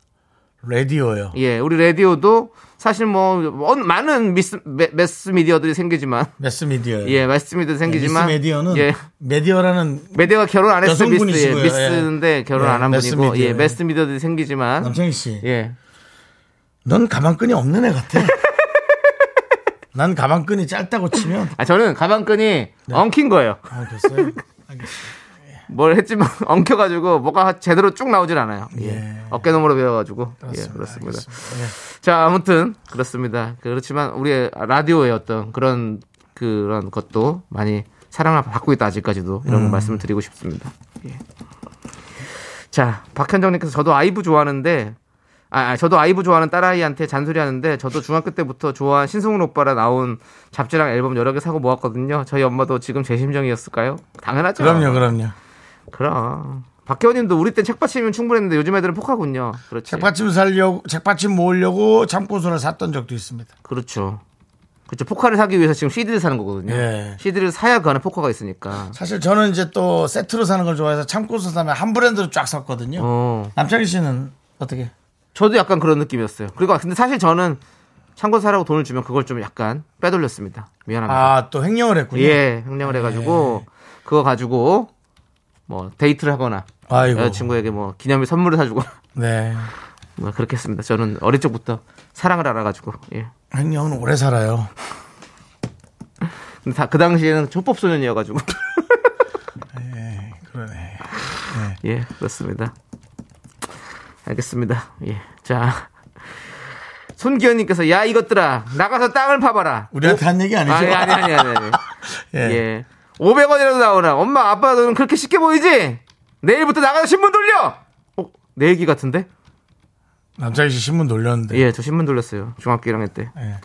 Speaker 1: 라디오요.
Speaker 2: 예, 우리 라디오도 사실 뭐 원- 많은 미스, 매- 매스 미디어들이 생기지만
Speaker 1: 매스미디어요.
Speaker 2: 예, 마스 미디어 생기지만
Speaker 1: 네, 미스 미디어는
Speaker 2: 예.
Speaker 1: 미디어라는
Speaker 2: 메디어가 결혼 안 했어 미스 예,
Speaker 1: 여성분이시고요.
Speaker 2: 미스인데 결혼
Speaker 1: 예,
Speaker 2: 안 한
Speaker 1: 매스
Speaker 2: 분이고
Speaker 1: 미디어,
Speaker 2: 예,
Speaker 1: 예.
Speaker 2: 매스 미디어들이 생기지만
Speaker 1: 남창희 씨.
Speaker 2: 예.
Speaker 1: 넌 가방끈이 없는 애 같아. 난 가방끈이 짧다고 치면
Speaker 2: 아 저는 가방끈이
Speaker 1: 네.
Speaker 2: 엉킨 거예요.
Speaker 1: 아, 됐어요.
Speaker 2: 뭘 했지만 엉켜 가지고 뭐가 제대로 쭉 나오질 않아요. 예. 어깨너머로 배워 가지고 예, 그렇습니다. 자, 아무튼 그렇습니다. 그렇지만 우리 라디오의 어떤 그런 그런 것도 많이 사랑을 받고 있다 아직까지도 이런
Speaker 1: 음.
Speaker 2: 말씀을 드리고 싶습니다. 예. 자, 박현정님께서 저도 아이브 좋아하는데 아, 아, 저도 아이브 좋아하는 딸아이한테 잔소리하는데 저도 중학교 때부터 좋아한 신승훈 오빠라 나온 잡지랑 앨범 여러 개 사고 모았거든요. 저희 엄마도 지금 제 심정이었을까요? 당연하죠.
Speaker 1: 그럼요, 그럼요.
Speaker 2: 그럼. 박혜원님도 우리 때 책받침이면 충분했는데 요즘 애들은 폭하군요. 그렇지.
Speaker 1: 책받침 살려고 책받침 모으려고 참고서를 샀던 적도 있습니다.
Speaker 2: 그렇죠. 그렇죠. 포카를 사기 위해서 지금 CD를 사는 거거든요.
Speaker 1: 예.
Speaker 2: CD를 사야 그 안에 포카가 있으니까.
Speaker 1: 사실 저는 이제 또 세트로 사는 걸 좋아해서 참고서 사면 한 브랜드로 쫙 샀거든요.
Speaker 2: 어.
Speaker 1: 남창희 씨는 어떻게?
Speaker 2: 저도 약간 그런 느낌이었어요. 그리고 근데 사실 저는 참고 사라고 돈을 주면 그걸 좀 약간 빼돌렸습니다. 미안합니다.
Speaker 1: 아 예. 또 횡령을 했군요.
Speaker 2: 예, 횡령을 해가지고 그거 가지고 뭐 데이트를 하거나
Speaker 1: 아이고.
Speaker 2: 여자친구에게 뭐 기념일 선물을 사주고
Speaker 1: 네.
Speaker 2: 뭐 그렇게 했습니다. 저는 어릴 적부터 사랑을 알아가지고 예.
Speaker 1: 횡령은 오래 살아요.
Speaker 2: 근데 다 그 당시에는 초법 소년이어가지고
Speaker 1: 그러네.
Speaker 2: 예, 그렇습니다. 알겠습니다. 예. 자. 손기현님께서, 야, 이것들아, 나가서 땅을 파봐라.
Speaker 1: 우리한테 한 얘기 아니죠?
Speaker 2: 아니, 아니, 아니, 아니. 아니.
Speaker 1: 예.
Speaker 2: 예. 500원이라도 나오나. 엄마, 아빠 너는 그렇게 쉽게 보이지? 내일부터 나가서 신문 돌려! 어, 내 얘기 같은데?
Speaker 1: 남창희 씨 신문 돌렸는데.
Speaker 2: 예, 저 신문 돌렸어요. 중학교 1학년 때.
Speaker 1: 예.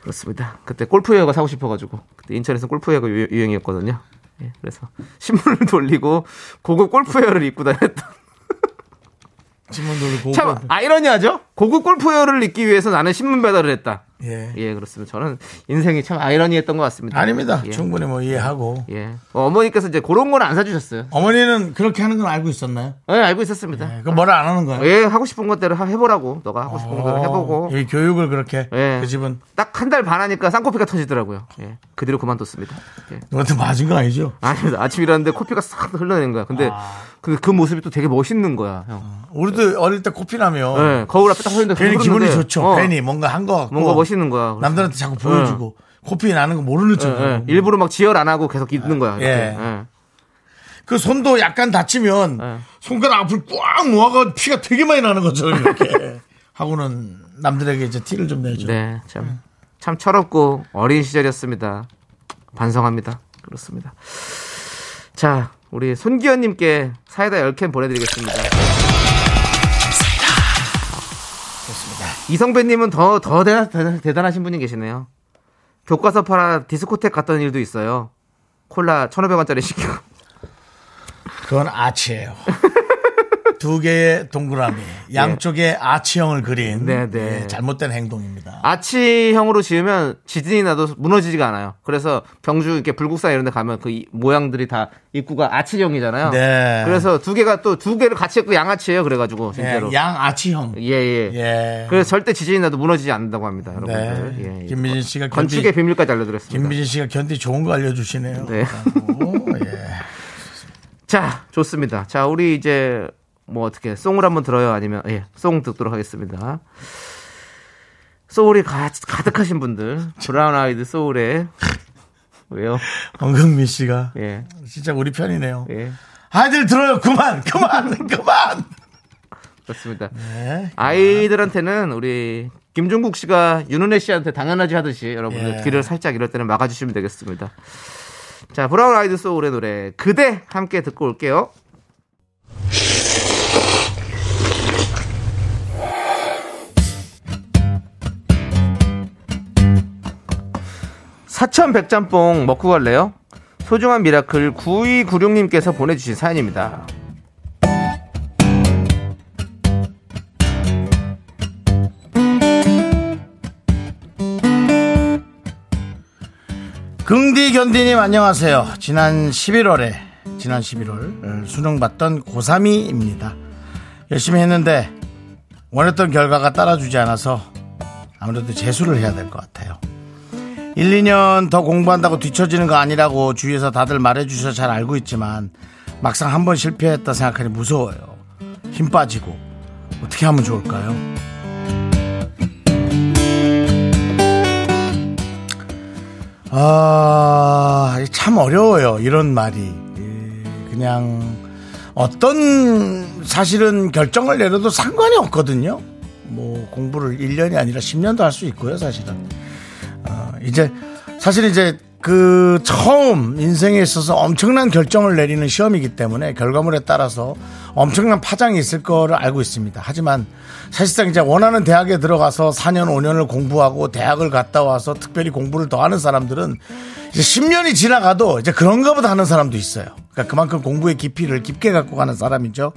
Speaker 2: 그렇습니다. 그때 골프웨어가 사고 싶어가지고 그때 인천에서 골프웨어가 유- 유행이었거든요. 예, 그래서 신문을 돌리고 고급 골프웨어를 입고 다녔던.
Speaker 1: 신문 돌리고.
Speaker 2: 참 아이러니하죠? 고급 골프웨어를 입기 위해서 나는 신문 배달을 했다.
Speaker 1: 예.
Speaker 2: 예, 그렇습니다. 저는 인생이 참 아이러니했던 것 같습니다.
Speaker 1: 아닙니다.
Speaker 2: 예.
Speaker 1: 충분히 뭐 이해하고.
Speaker 2: 예. 어, 어머니께서 이제 그런 건 안 사주셨어요.
Speaker 1: 어머니는 그렇게 하는 건 알고 있었나요?
Speaker 2: 예, 알고 있었습니다.
Speaker 1: 예, 그럼 뭐라 안 하는 거예요?
Speaker 2: 예, 하고 싶은 것대로 하- 해보라고. 너가 하고 싶은
Speaker 1: 어,
Speaker 2: 것대로 해보고.
Speaker 1: 이 교육을 그렇게
Speaker 2: 예.
Speaker 1: 그 집은
Speaker 2: 딱 한 달 반 하니까 쌍코피가 터지더라고요. 예. 그 뒤로 그만뒀습니다. 예.
Speaker 1: 너한테 맞은 거 아니죠?
Speaker 2: 아닙니다. 아침 일하는데 코피가 싹 흘러내는 거야. 근데,
Speaker 1: 아.
Speaker 2: 근데 그 모습이 또 되게 멋있는 거야, 형.
Speaker 1: 우리도 어릴 때 코피나면
Speaker 2: 예, 거울 앞에 딱 서있는데 어.
Speaker 1: 괜히 기분이 좋죠. 괜히 어. 뭔가 한 거 같고
Speaker 2: 뭔가 멋있는 거야. 그래서.
Speaker 1: 남들한테 자꾸 보여주고 코피 나는 거 모르는 척.
Speaker 2: 예, 예.
Speaker 1: 하고.
Speaker 2: 일부러 막 지혈 안 하고 계속 있는 거야. 이렇게.
Speaker 1: 음. 예.
Speaker 2: 예.
Speaker 1: 그 손도 약간 다치면
Speaker 2: 예.
Speaker 1: 손가락 앞을 꽉 모아가 피가 되게 많이 나는 것처럼 이렇게 하고는 남들에게 이제 티를 좀 음. 내죠.
Speaker 2: 네, 참, 참 철없고 어린 시절이었습니다. 반성합니다. 그렇습니다. 자, 우리 손기현님께 사이다 10캔 보내드리겠습니다. 이성배님은 더, 더 대단, 대단하신 분이 계시네요. 교과서 팔아 디스코텍 갔던 일도 있어요. 콜라 1,500원짜리 시키고.
Speaker 1: 그건 아치예요. 두 개의 동그라미 양쪽에 아치형을 그린
Speaker 2: 예. 네, 네.
Speaker 1: 예, 잘못된 행동입니다.
Speaker 2: 아치형으로 지으면 지진이 나도 무너지지가 않아요. 그래서 경주 이렇게 불국산 이런 데 가면 그 이- 모양들이 다 입구가 아치형이잖아요.
Speaker 1: 네.
Speaker 2: 그래서 두 개가 또 두 개를 같이 했고 양아치예요. 그래가지고
Speaker 1: 예,
Speaker 2: 진짜로.
Speaker 1: 양 아치형.
Speaker 2: 예, 예.
Speaker 1: 예.
Speaker 2: 그래서 절대 지진이 나도 무너지지 않는다고 합니다. 여러분들.
Speaker 1: 네.
Speaker 2: 예, 예.
Speaker 1: 김미진 씨가
Speaker 2: 건축의
Speaker 1: 견디-
Speaker 2: 비밀까지 알려드렸습니다.
Speaker 1: 김미진 씨가 견디 좋은 거 알려주시네요.
Speaker 2: 네.
Speaker 1: 오, 예.
Speaker 2: 자, 좋습니다. 자, 우리 이제 뭐 어떻게 송을 한번 들어요? 아니면 예, 송 듣도록 하겠습니다. 소울이 가, 가득하신 분들, 브라운 아이드 소울에 왜요?
Speaker 1: 엄경민 씨가
Speaker 2: 예,
Speaker 1: 진짜 우리 편이네요.
Speaker 2: 예.
Speaker 1: 아이들 들어요. 그만, 그만, 그만.
Speaker 2: 그렇습니다.
Speaker 1: 네.
Speaker 2: 아이들한테는 우리 김종국 씨가 윤은혜 씨한테 당연하지 하듯이 여러분들
Speaker 1: 예.
Speaker 2: 귀를 살짝 이럴 때는 막아주시면 되겠습니다. 자, 브라운 아이드 소울의 노래 그대 함께 듣고 올게요. 사천 백짬뽕 먹고 갈래요? 소중한 미라클 9296님께서 보내주신 사연입니다.
Speaker 1: 긍디 견디님 안녕하세요. 지난 11월에 지난 11월 수능 봤던 고3이입니다. 열심히 했는데 원했던 결과가 따라주지 않아서 아무래도 재수를 해야 될 것 같아요. 1, 2년 더 공부한다고 뒤처지는 거 아니라고 주위에서 다들 말해주셔서 잘 알고 있지만 막상 한 번 실패했다 생각하니 무서워요. 힘 빠지고 어떻게 하면 좋을까요? 아, 참 어려워요. 이런 말이. 예, 그냥 어떤 사실은 결정을 내려도 상관이 없거든요. 뭐 공부를 1년이 아니라 10년도 할 수 있고요, 사실은. 어, 이제 사실 이제 그 처음 인생에 있어서 엄청난 결정을 내리는 시험이기 때문에 결과물에 따라서 엄청난 파장이 있을 거를 알고 있습니다. 하지만 사실상 이제 원하는 대학에 들어가서 4년 5년을 공부하고 대학을 갔다 와서 특별히 공부를 더 하는 사람들은 이제 10년이 지나가도 이제 그런가 보다 하는 사람도 있어요. 그러니까 그만큼 공부의 깊이를 깊게 갖고 가는 사람이죠.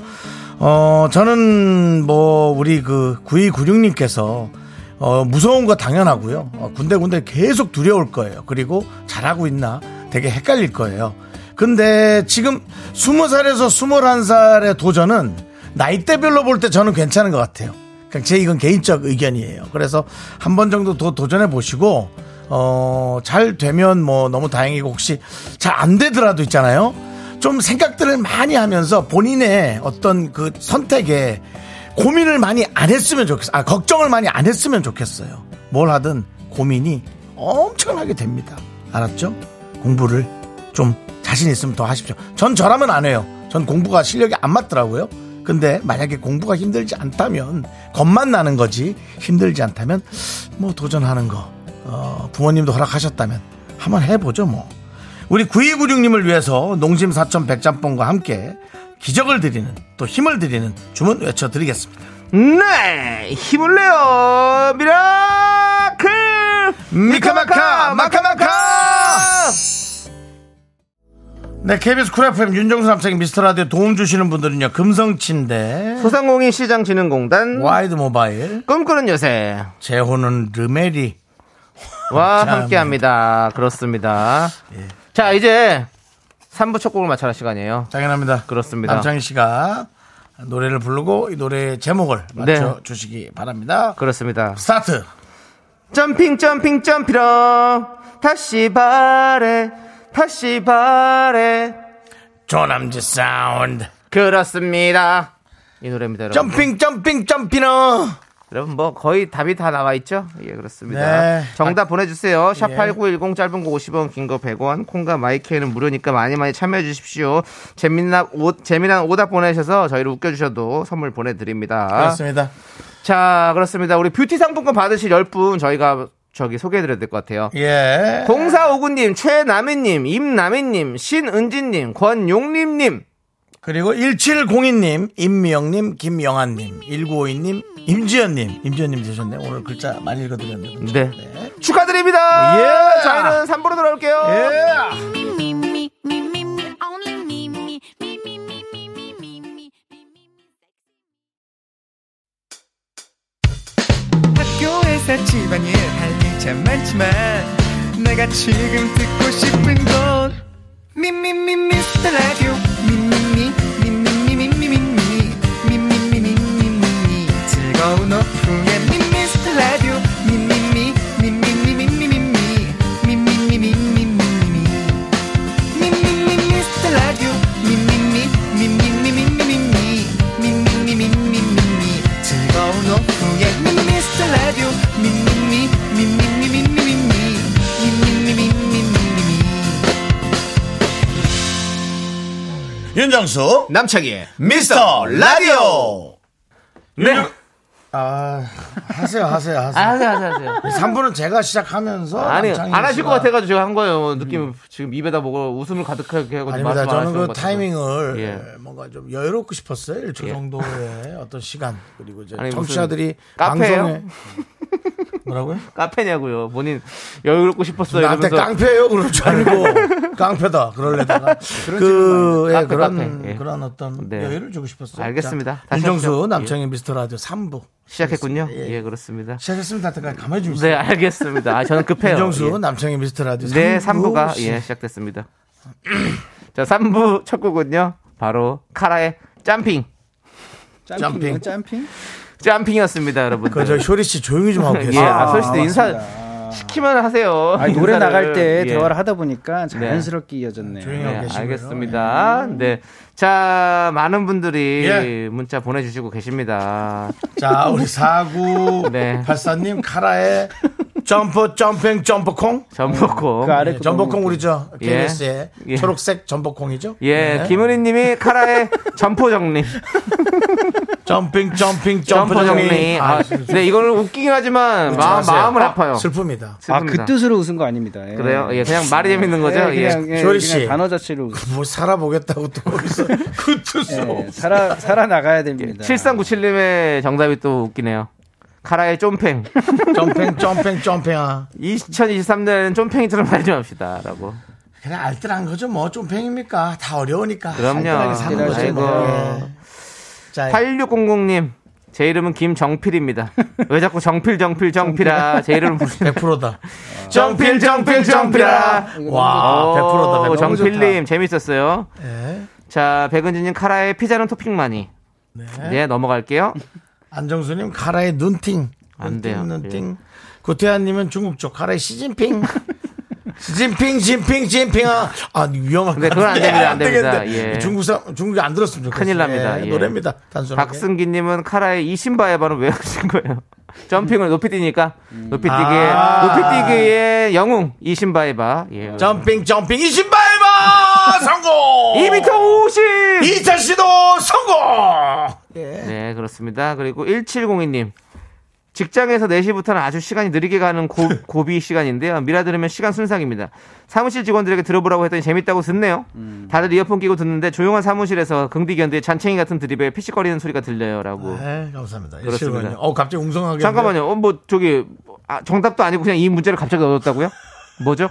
Speaker 1: 어, 저는 뭐 우리 그 9296님께서 어, 무서운 거 당연하고요. 어, 군데군데 계속 두려울 거예요. 그리고 잘하고 있나 되게 헷갈릴 거예요. 근데 지금 20살에서 21살의 도전은 나이대별로 볼 때 저는 괜찮은 것 같아요. 그냥 제 이건 개인적 의견이에요. 그래서 한 번 정도 더 도전해 보시고 어, 잘 되면 뭐 너무 다행이고 혹시 잘 안 되더라도 있잖아요. 좀 생각들을 많이 하면서 본인의 어떤 그 선택에 고민을 많이 안 했으면 좋겠어요. 아, 걱정을 많이 안 했으면 좋겠어요. 뭘 하든 고민이 엄청나게 됩니다. 알았죠? 공부를 좀 자신 있으면 더 하십시오. 전 저라면 안 해요. 전 공부가 실력이 안 맞더라고요. 근데 만약에 공부가 힘들지 않다면 겁만 나는 거지 힘들지 않다면 뭐 도전하는 거 어, 부모님도 허락하셨다면 한번 해보죠 뭐. 우리 9296님을 위해서 농심 4100짬뽕과 함께 기적을 드리는 또 힘을 드리는 주문 외쳐드리겠습니다.
Speaker 2: 네 힘을 내요 미라클
Speaker 1: 미카마카 마카마카 네 KBS 쿨 FM 윤정수 남창의 미스터라디오 도움 주시는 분들은요 금성침대
Speaker 2: 소상공인 시장진흥공단
Speaker 1: 와이드 모바일
Speaker 2: 꿈꾸는 요새
Speaker 1: 재호는 르메리
Speaker 2: 와
Speaker 1: 참. 예.
Speaker 2: 함께합니다. 그렇습니다. 자 이제 3부 첫 곡을 맞춰라 시간이에요.
Speaker 1: 당연합니다.
Speaker 2: 그렇습니다.
Speaker 1: 남창희 씨가 노래를 부르고 이 노래의 제목을
Speaker 2: 네.
Speaker 1: 맞춰 주시기 바랍니다.
Speaker 2: 그렇습니다.
Speaker 1: 스타트.
Speaker 2: 점핑 점핑 점피렁 다시 바래 다시 바래
Speaker 1: 조남지 사운드.
Speaker 2: 그렇습니다. 이 노래입니다. 여러분.
Speaker 1: 점핑 점핑 점피너.
Speaker 2: 여러분 뭐 거의 답이 다 나와 있죠? 예 그렇습니다.
Speaker 1: 네.
Speaker 2: 정답 보내주세요. 샵
Speaker 1: 예.
Speaker 2: 8910 짧은 거 50원 긴 거 100원 콩과 마이크는 무료니까 많이 많이 참여해 주십시오. 재미난 옷 재미난 오답 보내셔서 저희를 웃겨주셔도 선물 보내드립니다.
Speaker 1: 그렇습니다.
Speaker 2: 자 그렇습니다. 우리 뷰티 상품권 받으실 10분 저희가 저기 소개해드려야 될 것 같아요.
Speaker 1: 예.
Speaker 2: 0459님, 최남희님, 임남희님, 신은진님, 권용림님.
Speaker 1: 그리고 1702님, 임미영님, 김영아님, 1952님, 임지연님. 임지연님 되셨네. 오늘 글자 많이 읽어드렸네요. 그렇죠?
Speaker 2: 네. 축하드립니다.
Speaker 1: 예.
Speaker 2: 저희는 3부로 돌아올게요.
Speaker 1: 예.
Speaker 6: 학교에서 집안일 할 일 참 많지만 내가 지금 듣고 싶은 건 미미미 미스터 라디오 미미미 미미미 미미미 미미미 미미미 즐거운 오후에 미스터 라디오 미미미 미미미 미미미 미미미 미미미
Speaker 1: 윤정수,
Speaker 2: 네. 남창희의
Speaker 1: 미스터 라디오.
Speaker 3: 네.
Speaker 1: 아, 하세요, 하세요, 하세요.
Speaker 2: 하세요, 하세요, 하세요.
Speaker 1: 3분은 제가 시작하면서.
Speaker 2: 아. 아니,
Speaker 1: 남창희
Speaker 2: 안 하실
Speaker 1: 씨가-
Speaker 2: 것 같아가지고 제가 한 거예요. 느낌 지금 입에다 먹어 웃음을 가득하게 하고
Speaker 1: 아닙니다.
Speaker 2: 말씀 안
Speaker 1: 저는
Speaker 2: 하시는
Speaker 1: 그
Speaker 2: 것 같아서.
Speaker 1: 타이밍을
Speaker 2: 예.
Speaker 1: 뭔가 좀 여유롭고 싶었어요. 1초
Speaker 2: 예.
Speaker 1: 정도의 어떤 시간. 그리고 이제
Speaker 2: 아니, 무슨
Speaker 1: 청취자들이
Speaker 2: 카페예요?
Speaker 1: 방송에. 뭐라고요?
Speaker 2: 카페냐고요. 본인 여유롭고 싶었어요.
Speaker 1: 나한테
Speaker 2: 이러면서.
Speaker 1: 깡패예요 그럴 줄 알고 깡패다 그럴래다가 그
Speaker 2: 식으로
Speaker 1: 예,
Speaker 2: 하는 거예요.
Speaker 1: 그런
Speaker 2: 깡패, 깡패. 예.
Speaker 1: 그런 어떤
Speaker 2: 네.
Speaker 1: 여유를 주고 싶었어요.
Speaker 2: 알겠습니다.
Speaker 1: 자,
Speaker 2: 다시 예.
Speaker 1: 윤정수
Speaker 2: 합시다.
Speaker 1: 남창의 미스터 라디오 3부
Speaker 2: 시작했군요.
Speaker 1: 예.
Speaker 2: 예, 그렇습니다.
Speaker 1: 시작했습니다. 잠깐 가만히 좀
Speaker 2: 네,
Speaker 1: 있어요.
Speaker 2: 알겠습니다. 아, 저는 급해요.
Speaker 1: 윤정수
Speaker 2: 예.
Speaker 1: 남창의 미스터 라디오
Speaker 2: 네,
Speaker 1: 3부.
Speaker 2: 3부가 예, 시작됐습니다. 자, 3부 첫 곡은요. 바로 카라의 짬핑.
Speaker 1: 점핑.
Speaker 6: 짬핑?
Speaker 2: 짬핑이었습니다, 여러분들.
Speaker 1: 그저 효리 씨 조용히 좀 하고
Speaker 2: 예,
Speaker 1: 계세요.
Speaker 2: 아, 솔 씨도 인사 시키면 하세요.
Speaker 6: 아, 노래
Speaker 2: 인사를.
Speaker 6: 나갈 때
Speaker 2: 예.
Speaker 6: 대화를 하다 보니까 자연스럽게 이어졌네요.
Speaker 1: 조용히 하고
Speaker 2: 네,
Speaker 1: 계시고요.
Speaker 2: 알겠습니다. 네. 자, 많은 분들이
Speaker 1: 예.
Speaker 2: 문자 보내주시고 계십니다.
Speaker 1: 자, 우리 49
Speaker 2: 네.
Speaker 1: 84님 카라의 점프 점핑 점프콩.
Speaker 2: 전복콩.
Speaker 6: 그 아래
Speaker 1: 네, 점퍼콩 우리 저
Speaker 2: 예.
Speaker 1: KBS의
Speaker 2: 예.
Speaker 1: 초록색 점퍼콩이죠?
Speaker 2: 예,
Speaker 1: 네.
Speaker 2: 김은희 님이 카라의 점포 정리.
Speaker 1: 점핑 점핑
Speaker 2: 점포
Speaker 1: 점퍼
Speaker 2: 정리.
Speaker 1: 정리.
Speaker 2: 아, 네, 이거는 웃기긴 하지만 마음,
Speaker 1: 마세요.
Speaker 2: 마음은
Speaker 1: 어?
Speaker 2: 아파요.
Speaker 1: 슬픕니다.
Speaker 6: 아,
Speaker 2: 슬픕니다.
Speaker 6: 그 뜻으로 웃은 거 아닙니다. 예.
Speaker 2: 그래요? 예, 그냥 말이 재밌는 거죠?
Speaker 6: 예,
Speaker 2: 예.
Speaker 6: 그냥, 예,
Speaker 1: 조리
Speaker 6: 그냥
Speaker 1: 씨.
Speaker 6: 단어 자체로 웃-
Speaker 1: 뭐 살아보겠다고 또 거기서 네. 그뜻으로
Speaker 6: 예, 살아 살아 나가야 됩니다.
Speaker 2: 7397님의 정답이 또 웃기네요. 카라의 쫌팽.
Speaker 1: 점핑 점핑 점핑아.
Speaker 2: 2023년에는 쫌팽이처럼 살지 맙시다. 라고.
Speaker 1: 그냥 알뜰한 거죠. 뭐 점핑입니까? 다 어려우니까.
Speaker 2: 그럼요.
Speaker 1: 알뜰하게 사는 거지
Speaker 2: 아이고.
Speaker 1: 뭐. 예. 자,
Speaker 2: 8600님. 제 이름은 김정필입니다. 왜 자꾸 정필, 정필, 정필아. 제 이름을 부르시네.
Speaker 1: 100%다.
Speaker 2: 정필, 정필, 정필아.
Speaker 1: 와, 100%다. 100%.
Speaker 2: 정필님, 재밌었어요.
Speaker 1: 예.
Speaker 2: 자, 백은진님, 카라의 피자는 토핑 많이.
Speaker 1: 네.
Speaker 2: 네, 넘어갈게요.
Speaker 1: 안정수님 카라의 눈팅.
Speaker 2: 안 돼요. 예.
Speaker 1: 눈팅. 구태환님은 중국 쪽 카라의 시진핑. 시진핑, 진핑, 진핑아. 아, 위험한
Speaker 2: 네, 그건 안 됩니다, 안 됩니다. 예.
Speaker 1: 중국 사 중국이 안 들었으면 좋겠어요.
Speaker 2: 큰일 납니다, 예.
Speaker 1: 노래입니다. 단순하게.
Speaker 2: 박승기님은 카라의 이신바에바는 왜 하신 거예요? 점핑을 높이 뛰니까 높이 뛰기에
Speaker 1: 아.
Speaker 2: 높이 뛰기의 영웅 이신바에바 예.
Speaker 1: 점핑, 점핑, 이신바이바 성공.
Speaker 2: 2m 50.
Speaker 1: 이찬 씨도 성공. 예.
Speaker 2: 네 그렇습니다. 그리고 1702님 직장에서 4시부터는 아주 시간이 느리게 가는 고, 고비 시간인데요. 미라 들으면 시간 순삭입니다. 사무실 직원들에게 들어보라고 했더니 재밌다고 듣네요. 다들 이어폰 끼고 듣는데 조용한 사무실에서 긍디견디의 잔챙이 같은 드립에 피식거리는 소리가 들려요라고.
Speaker 1: 네, 감사합니다.
Speaker 2: 예, 그렇습니다.
Speaker 1: 실버님. 어, 갑자기 웅성하게.
Speaker 2: 잠깐만요. 어, 뭐 저기 아, 정답도 아니고 그냥 이 문제를 갑자기 얻었다고요? 뭐죠?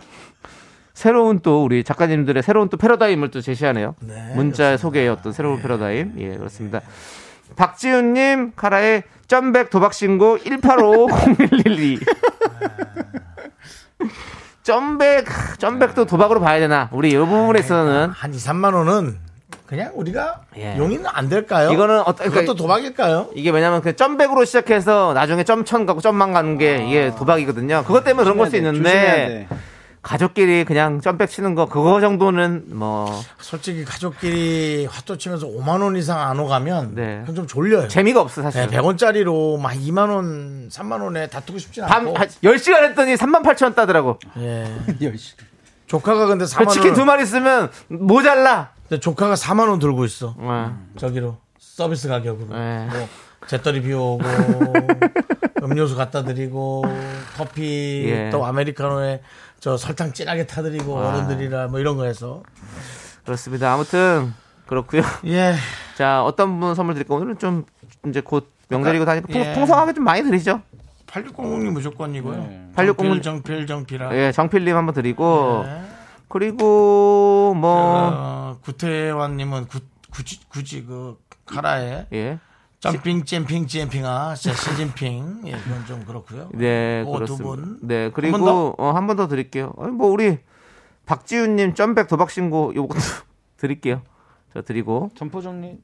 Speaker 2: 새로운 또 우리 작가님들의 새로운 또 패러다임을 또 제시하네요. 문자 소개의 어떤 새로운 패러다임. 예, 그렇습니다. 박지훈님 카라의 점백 도박 신고 1850112.
Speaker 6: 아.
Speaker 2: 점백, 하,
Speaker 6: 네.
Speaker 2: 점백도 도박으로 봐야 되나? 우리 이 부분에서는
Speaker 1: 한 2, 3만 원은 그냥 우리가
Speaker 2: 예.
Speaker 1: 용인 안 될까요?
Speaker 2: 이거는 어떤-
Speaker 1: 그것도
Speaker 2: 그러니까-
Speaker 1: 도박일까요?
Speaker 2: 이게 왜냐면 그 점백으로 시작해서 나중에 점천 가고 점만 가는 게 이게 도박이거든요. 네. 그것 때문에 그런 걸 수
Speaker 6: 아. 조심해야
Speaker 2: 있는데
Speaker 6: 돼.
Speaker 2: 가족끼리 그냥 점백 치는 거 그거 정도는 뭐
Speaker 1: 솔직히 가족끼리 화도 치면서 5만 원 이상 안 오가면
Speaker 2: 네.
Speaker 1: 그건 좀 졸려요.
Speaker 2: 재미가 없어 사실.
Speaker 1: 네, 100원짜리로 막 2만 원, 3만 원에 다투고 싶진
Speaker 2: 밤 아,
Speaker 1: 않고.
Speaker 2: 한 10시간 했더니 3만 8천 원 따더라고.
Speaker 1: 예.
Speaker 6: 열심히.
Speaker 1: 조카가 근데
Speaker 2: 그
Speaker 1: 4만
Speaker 2: 치킨
Speaker 1: 원.
Speaker 2: 두 마리 쓰면 모자라.
Speaker 1: 근데 조카가 4만 원 들고 있어.
Speaker 2: 어.
Speaker 1: 저기로 서비스 가격으로.
Speaker 2: 네.
Speaker 1: 뭐 재떨이 비오고 음료수 갖다 드리고 커피
Speaker 2: 예. 아.
Speaker 1: 또 아메리카노에 저 설탕 진하게 타드리고 어른들이라 뭐 이런 거 해서
Speaker 2: 그렇습니다. 아무튼 그렇고요.
Speaker 1: 예
Speaker 2: 자, 어떤 분 선물 드릴까? 오늘은 좀 이제 곧 명절이고 다니까 풍-
Speaker 1: 예.
Speaker 2: 풍성하게 좀 많이 드리죠.
Speaker 1: 8600님 무조건이고요.
Speaker 2: 8600
Speaker 1: 정필 정필아. 네.
Speaker 2: 예, 정필님 한번 드리고 그리고 뭐
Speaker 1: 어, 구태환님은 구- 굳이 굳이 그 카라에
Speaker 2: 예.
Speaker 1: 점핑 잼핑 잼핑아 진짜 시진핑 예 그건 좀 그렇고요.
Speaker 2: 네,
Speaker 1: 그거 어, 두 분.
Speaker 2: 그렇습니다. 네,
Speaker 1: 한번 더?
Speaker 2: 그리고 한 번 더 드릴게요. 아니, 뭐 우리 박지윤 님 점백 도박 신고 요것도 드릴게요. 저 드리고
Speaker 6: 점포 정리.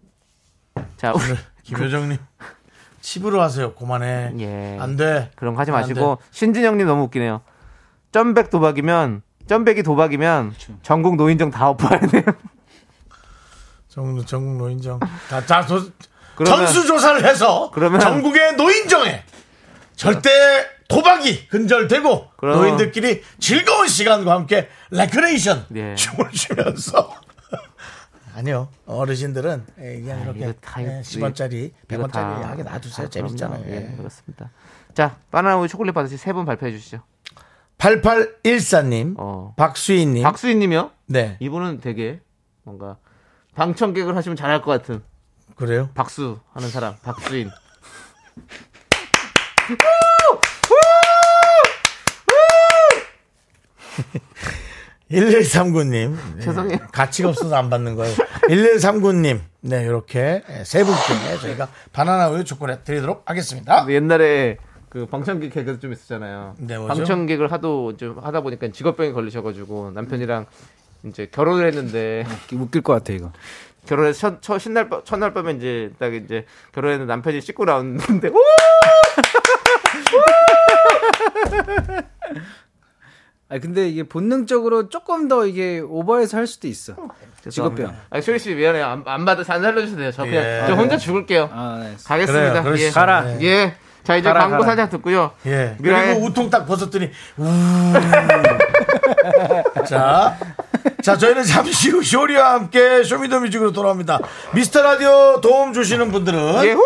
Speaker 2: 자,
Speaker 1: 네.
Speaker 2: 우리
Speaker 1: 김효정님 칩으로 하세요. 그만해.
Speaker 2: 그 예.
Speaker 1: 안 돼.
Speaker 2: 그런 거 하지
Speaker 1: 안 돼.
Speaker 2: 마시고 신진영님 너무 웃기네요. 점백 도박이면 점백이 도박이면
Speaker 6: 그렇죠.
Speaker 2: 전국 노인정 다 엎어야 돼요.
Speaker 1: 전국, 전국 노인정. 다, 다 조-
Speaker 2: 그러면-
Speaker 1: 전수조사를 해서
Speaker 2: 그러면-
Speaker 1: 전국의 노인정에 절대 도박이 근절되고
Speaker 2: 그럼-
Speaker 1: 노인들끼리 즐거운 시간과 함께 레크레이션
Speaker 2: 예.
Speaker 1: 춤을 추면서 아니요 어르신들은 예, 그냥
Speaker 2: 아, 이거
Speaker 1: 이렇게
Speaker 2: 다
Speaker 1: 예, 10원짜리
Speaker 2: 이거
Speaker 1: 100원짜리
Speaker 2: 다-
Speaker 1: 하게 놔두세요
Speaker 2: 아, 그럼요.
Speaker 1: 재밌잖아요
Speaker 2: 예,
Speaker 1: 예.
Speaker 2: 그렇습니다. 자, 바나나 우유 초콜릿 받으실 세 분 발표해 주시죠.
Speaker 1: 8814님
Speaker 2: 어.
Speaker 1: 박수희님
Speaker 2: 박수인 님이요?
Speaker 1: 네
Speaker 2: 이분은 되게 뭔가 방청객을 하시면 잘할 것 같은
Speaker 1: 그래요
Speaker 2: 박수 하는 사람, 박수인.
Speaker 1: 일1 3 9님 예,
Speaker 2: 죄송해요.
Speaker 1: 가치가 없어서 안 받는 거예요. 1139님. 네, 이렇게 세 분께 저희가 바나나 우유 초콜릿 드리도록 하겠습니다.
Speaker 2: 옛날에 그 방청객 개그도 좀 있었잖아요.
Speaker 1: 네, 뭐죠?
Speaker 2: 방청객을 하도 좀 하다 보니까 직업병이 걸리셔가지고 남편이랑 이제 결혼을 했는데
Speaker 6: 웃길 것 같아 이거.
Speaker 2: 결혼해서 첫, 첫 신날 밤- 첫날 밤에 이제 딱 이제 결혼했는데 남편이 씻고 나왔는데 오!
Speaker 6: 아 근데 이게 본능적으로 조금 더 이게 오버해서 할 수도 있어. 직업병.
Speaker 2: 아 쇼리 씨 미안해요. 안, 안 받아 안 살려주셔도 돼요. 저 그냥
Speaker 1: 예.
Speaker 2: 저 혼자 죽을게요.
Speaker 6: 아 네.
Speaker 2: 가겠습니다.
Speaker 1: 그래요, 그러시죠.
Speaker 2: 예.
Speaker 1: 가라.
Speaker 2: 예. 자 이제
Speaker 6: 가라,
Speaker 2: 광고
Speaker 6: 가라.
Speaker 2: 사장 듣고요.
Speaker 1: 예.
Speaker 2: 미라의-
Speaker 1: 그리고 우통 딱 벗었더니, 우. 자. 자, 저희는 잠시 후 쇼리와 함께 쇼미더뮤직으로 돌아옵니다. 미스터 라디오 도움 주시는 분들은.
Speaker 2: 예. 후!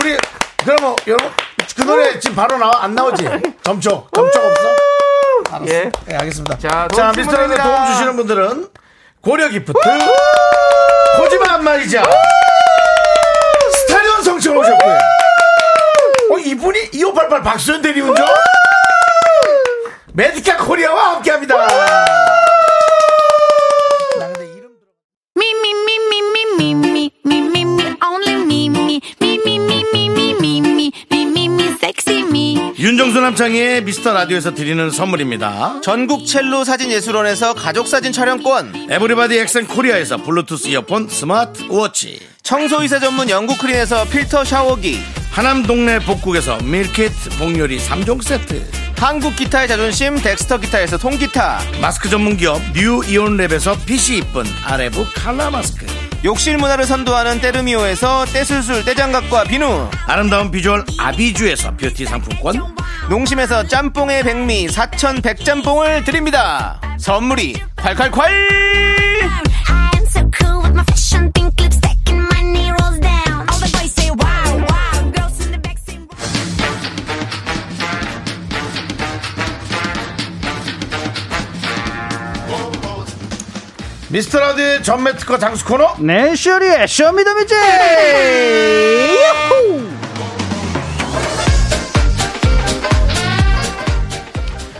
Speaker 1: 우리, 그러면 여러분, 그 노래 지금 바로 나와, 안 나오지? 점촉. 점촉 없어? 알았어.
Speaker 2: 예.
Speaker 1: 예, 알겠습니다.
Speaker 2: 자, 도움
Speaker 1: 자,
Speaker 2: 주신
Speaker 1: 미스터라이드
Speaker 2: 분들입니다.
Speaker 1: 도움 주시는 분들은 고려 기프트, 코지마 안마의자, 스타리온 성층 오셨고요. 어, 이분이 2588 박수현 대리운전, 메디카 코리아와 함께 합니다.
Speaker 5: Me, me, me, me, me, me, me, me, me, me, only me, me, me, me, me, me, me, me, me, me, me, me, sexy me.
Speaker 1: 윤정수 남창희의 미스터 라디오에서 드리는 선물입니다.
Speaker 2: 전국 첼로 사진 예술원에서 가족 사진 촬영권.
Speaker 1: 에브리바디 엑센 코리아에서 블루투스 이어폰 스마트 워치.
Speaker 2: 청소 이사 전문 영국 크린에서 필터 샤워기.
Speaker 1: 하남 동네 복국에서 밀키트 복요리 3종 세트.
Speaker 2: 한국 기타의 자존심 덱스터 기타에서 통기타.
Speaker 1: 마스크 전문 기업 뉴 이온랩에서 핏이 이쁜 아레브 칼라 마스크
Speaker 2: 욕실 문화를 선도하는 때르미오에서 떼술술 떼장갑과 비누
Speaker 1: 아름다운 비주얼 아비주에서 뷰티 상품권
Speaker 2: 농심에서 짬뽕의 백미 사천 백짬뽕을 드립니다 선물이 콸콸콸
Speaker 5: I am so cool with my fashion pink lipstick and my knee rolls down. All the boys say wow, wow. Girls in the back say wow.
Speaker 1: 미스터라디의 전매 특허 장수 코너
Speaker 6: 네 쇼리의 쇼미더뮤직.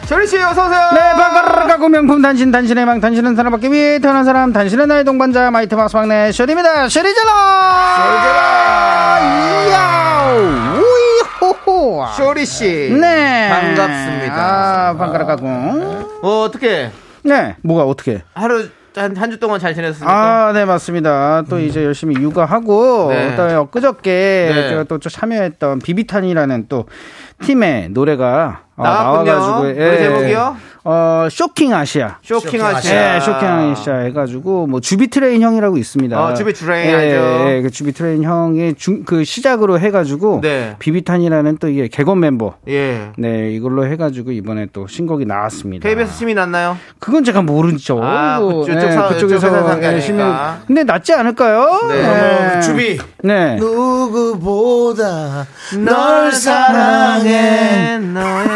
Speaker 2: 조리씨 어서오세요
Speaker 6: 네, 바가르 가구 명품 단신, 단신의 망, 단신은 사람밖에 위해 태어난 사람, 단신은 나의 동반자, 마이트 박스 막내, 셔리입니다. 셔리젤라! 셔리젤라! 이야! 우이호! 호호.
Speaker 2: 쇼리 씨.
Speaker 6: 네.
Speaker 2: 반갑습니다.
Speaker 6: 아, 반가라가고.
Speaker 2: 어, 어떻게
Speaker 6: 네. 뭐가 어떻게?
Speaker 2: 하루 한 한 주 동안 잘 지냈습니까?
Speaker 6: 아, 네, 맞습니다. 또 이제 열심히 육아하고,
Speaker 2: 네.
Speaker 6: 그다음에 엊그저께
Speaker 2: 네.
Speaker 6: 제가 또좀 참여했던 비비탄이라는 또 팀의 노래가 어,
Speaker 2: 나왔군요.
Speaker 6: 나와가지고,
Speaker 2: 노래 제목이요?
Speaker 6: 어, 쇼킹 아시아.
Speaker 2: 쇼킹 아시아.
Speaker 6: 예, 쇼킹 아시아 해가지고 뭐 주비트레인 형이라고 있습니다.
Speaker 2: 어, 주비트레인
Speaker 6: 예,
Speaker 2: 알죠.
Speaker 6: 예, 그 주비트레인 형의 중, 그 시작으로 해가지고
Speaker 2: 네.
Speaker 6: 비비탄이라는 또 이게 개건 멤버.
Speaker 2: 예.
Speaker 6: 네, 이걸로 해가지고 이번에 또 신곡이 나왔습니다.
Speaker 1: 아.
Speaker 2: KBS 팀이 났나요?
Speaker 6: 그건 제가 모르죠.
Speaker 2: 아, 그
Speaker 6: 네,
Speaker 2: 그쪽 사- 그쪽 회사 상관이니까.
Speaker 6: 예, 신문- 근데 낫지 않을까요? 예.
Speaker 2: 네.
Speaker 1: 어, 주비. 그
Speaker 6: 네.
Speaker 1: 누구보다 널 사랑해.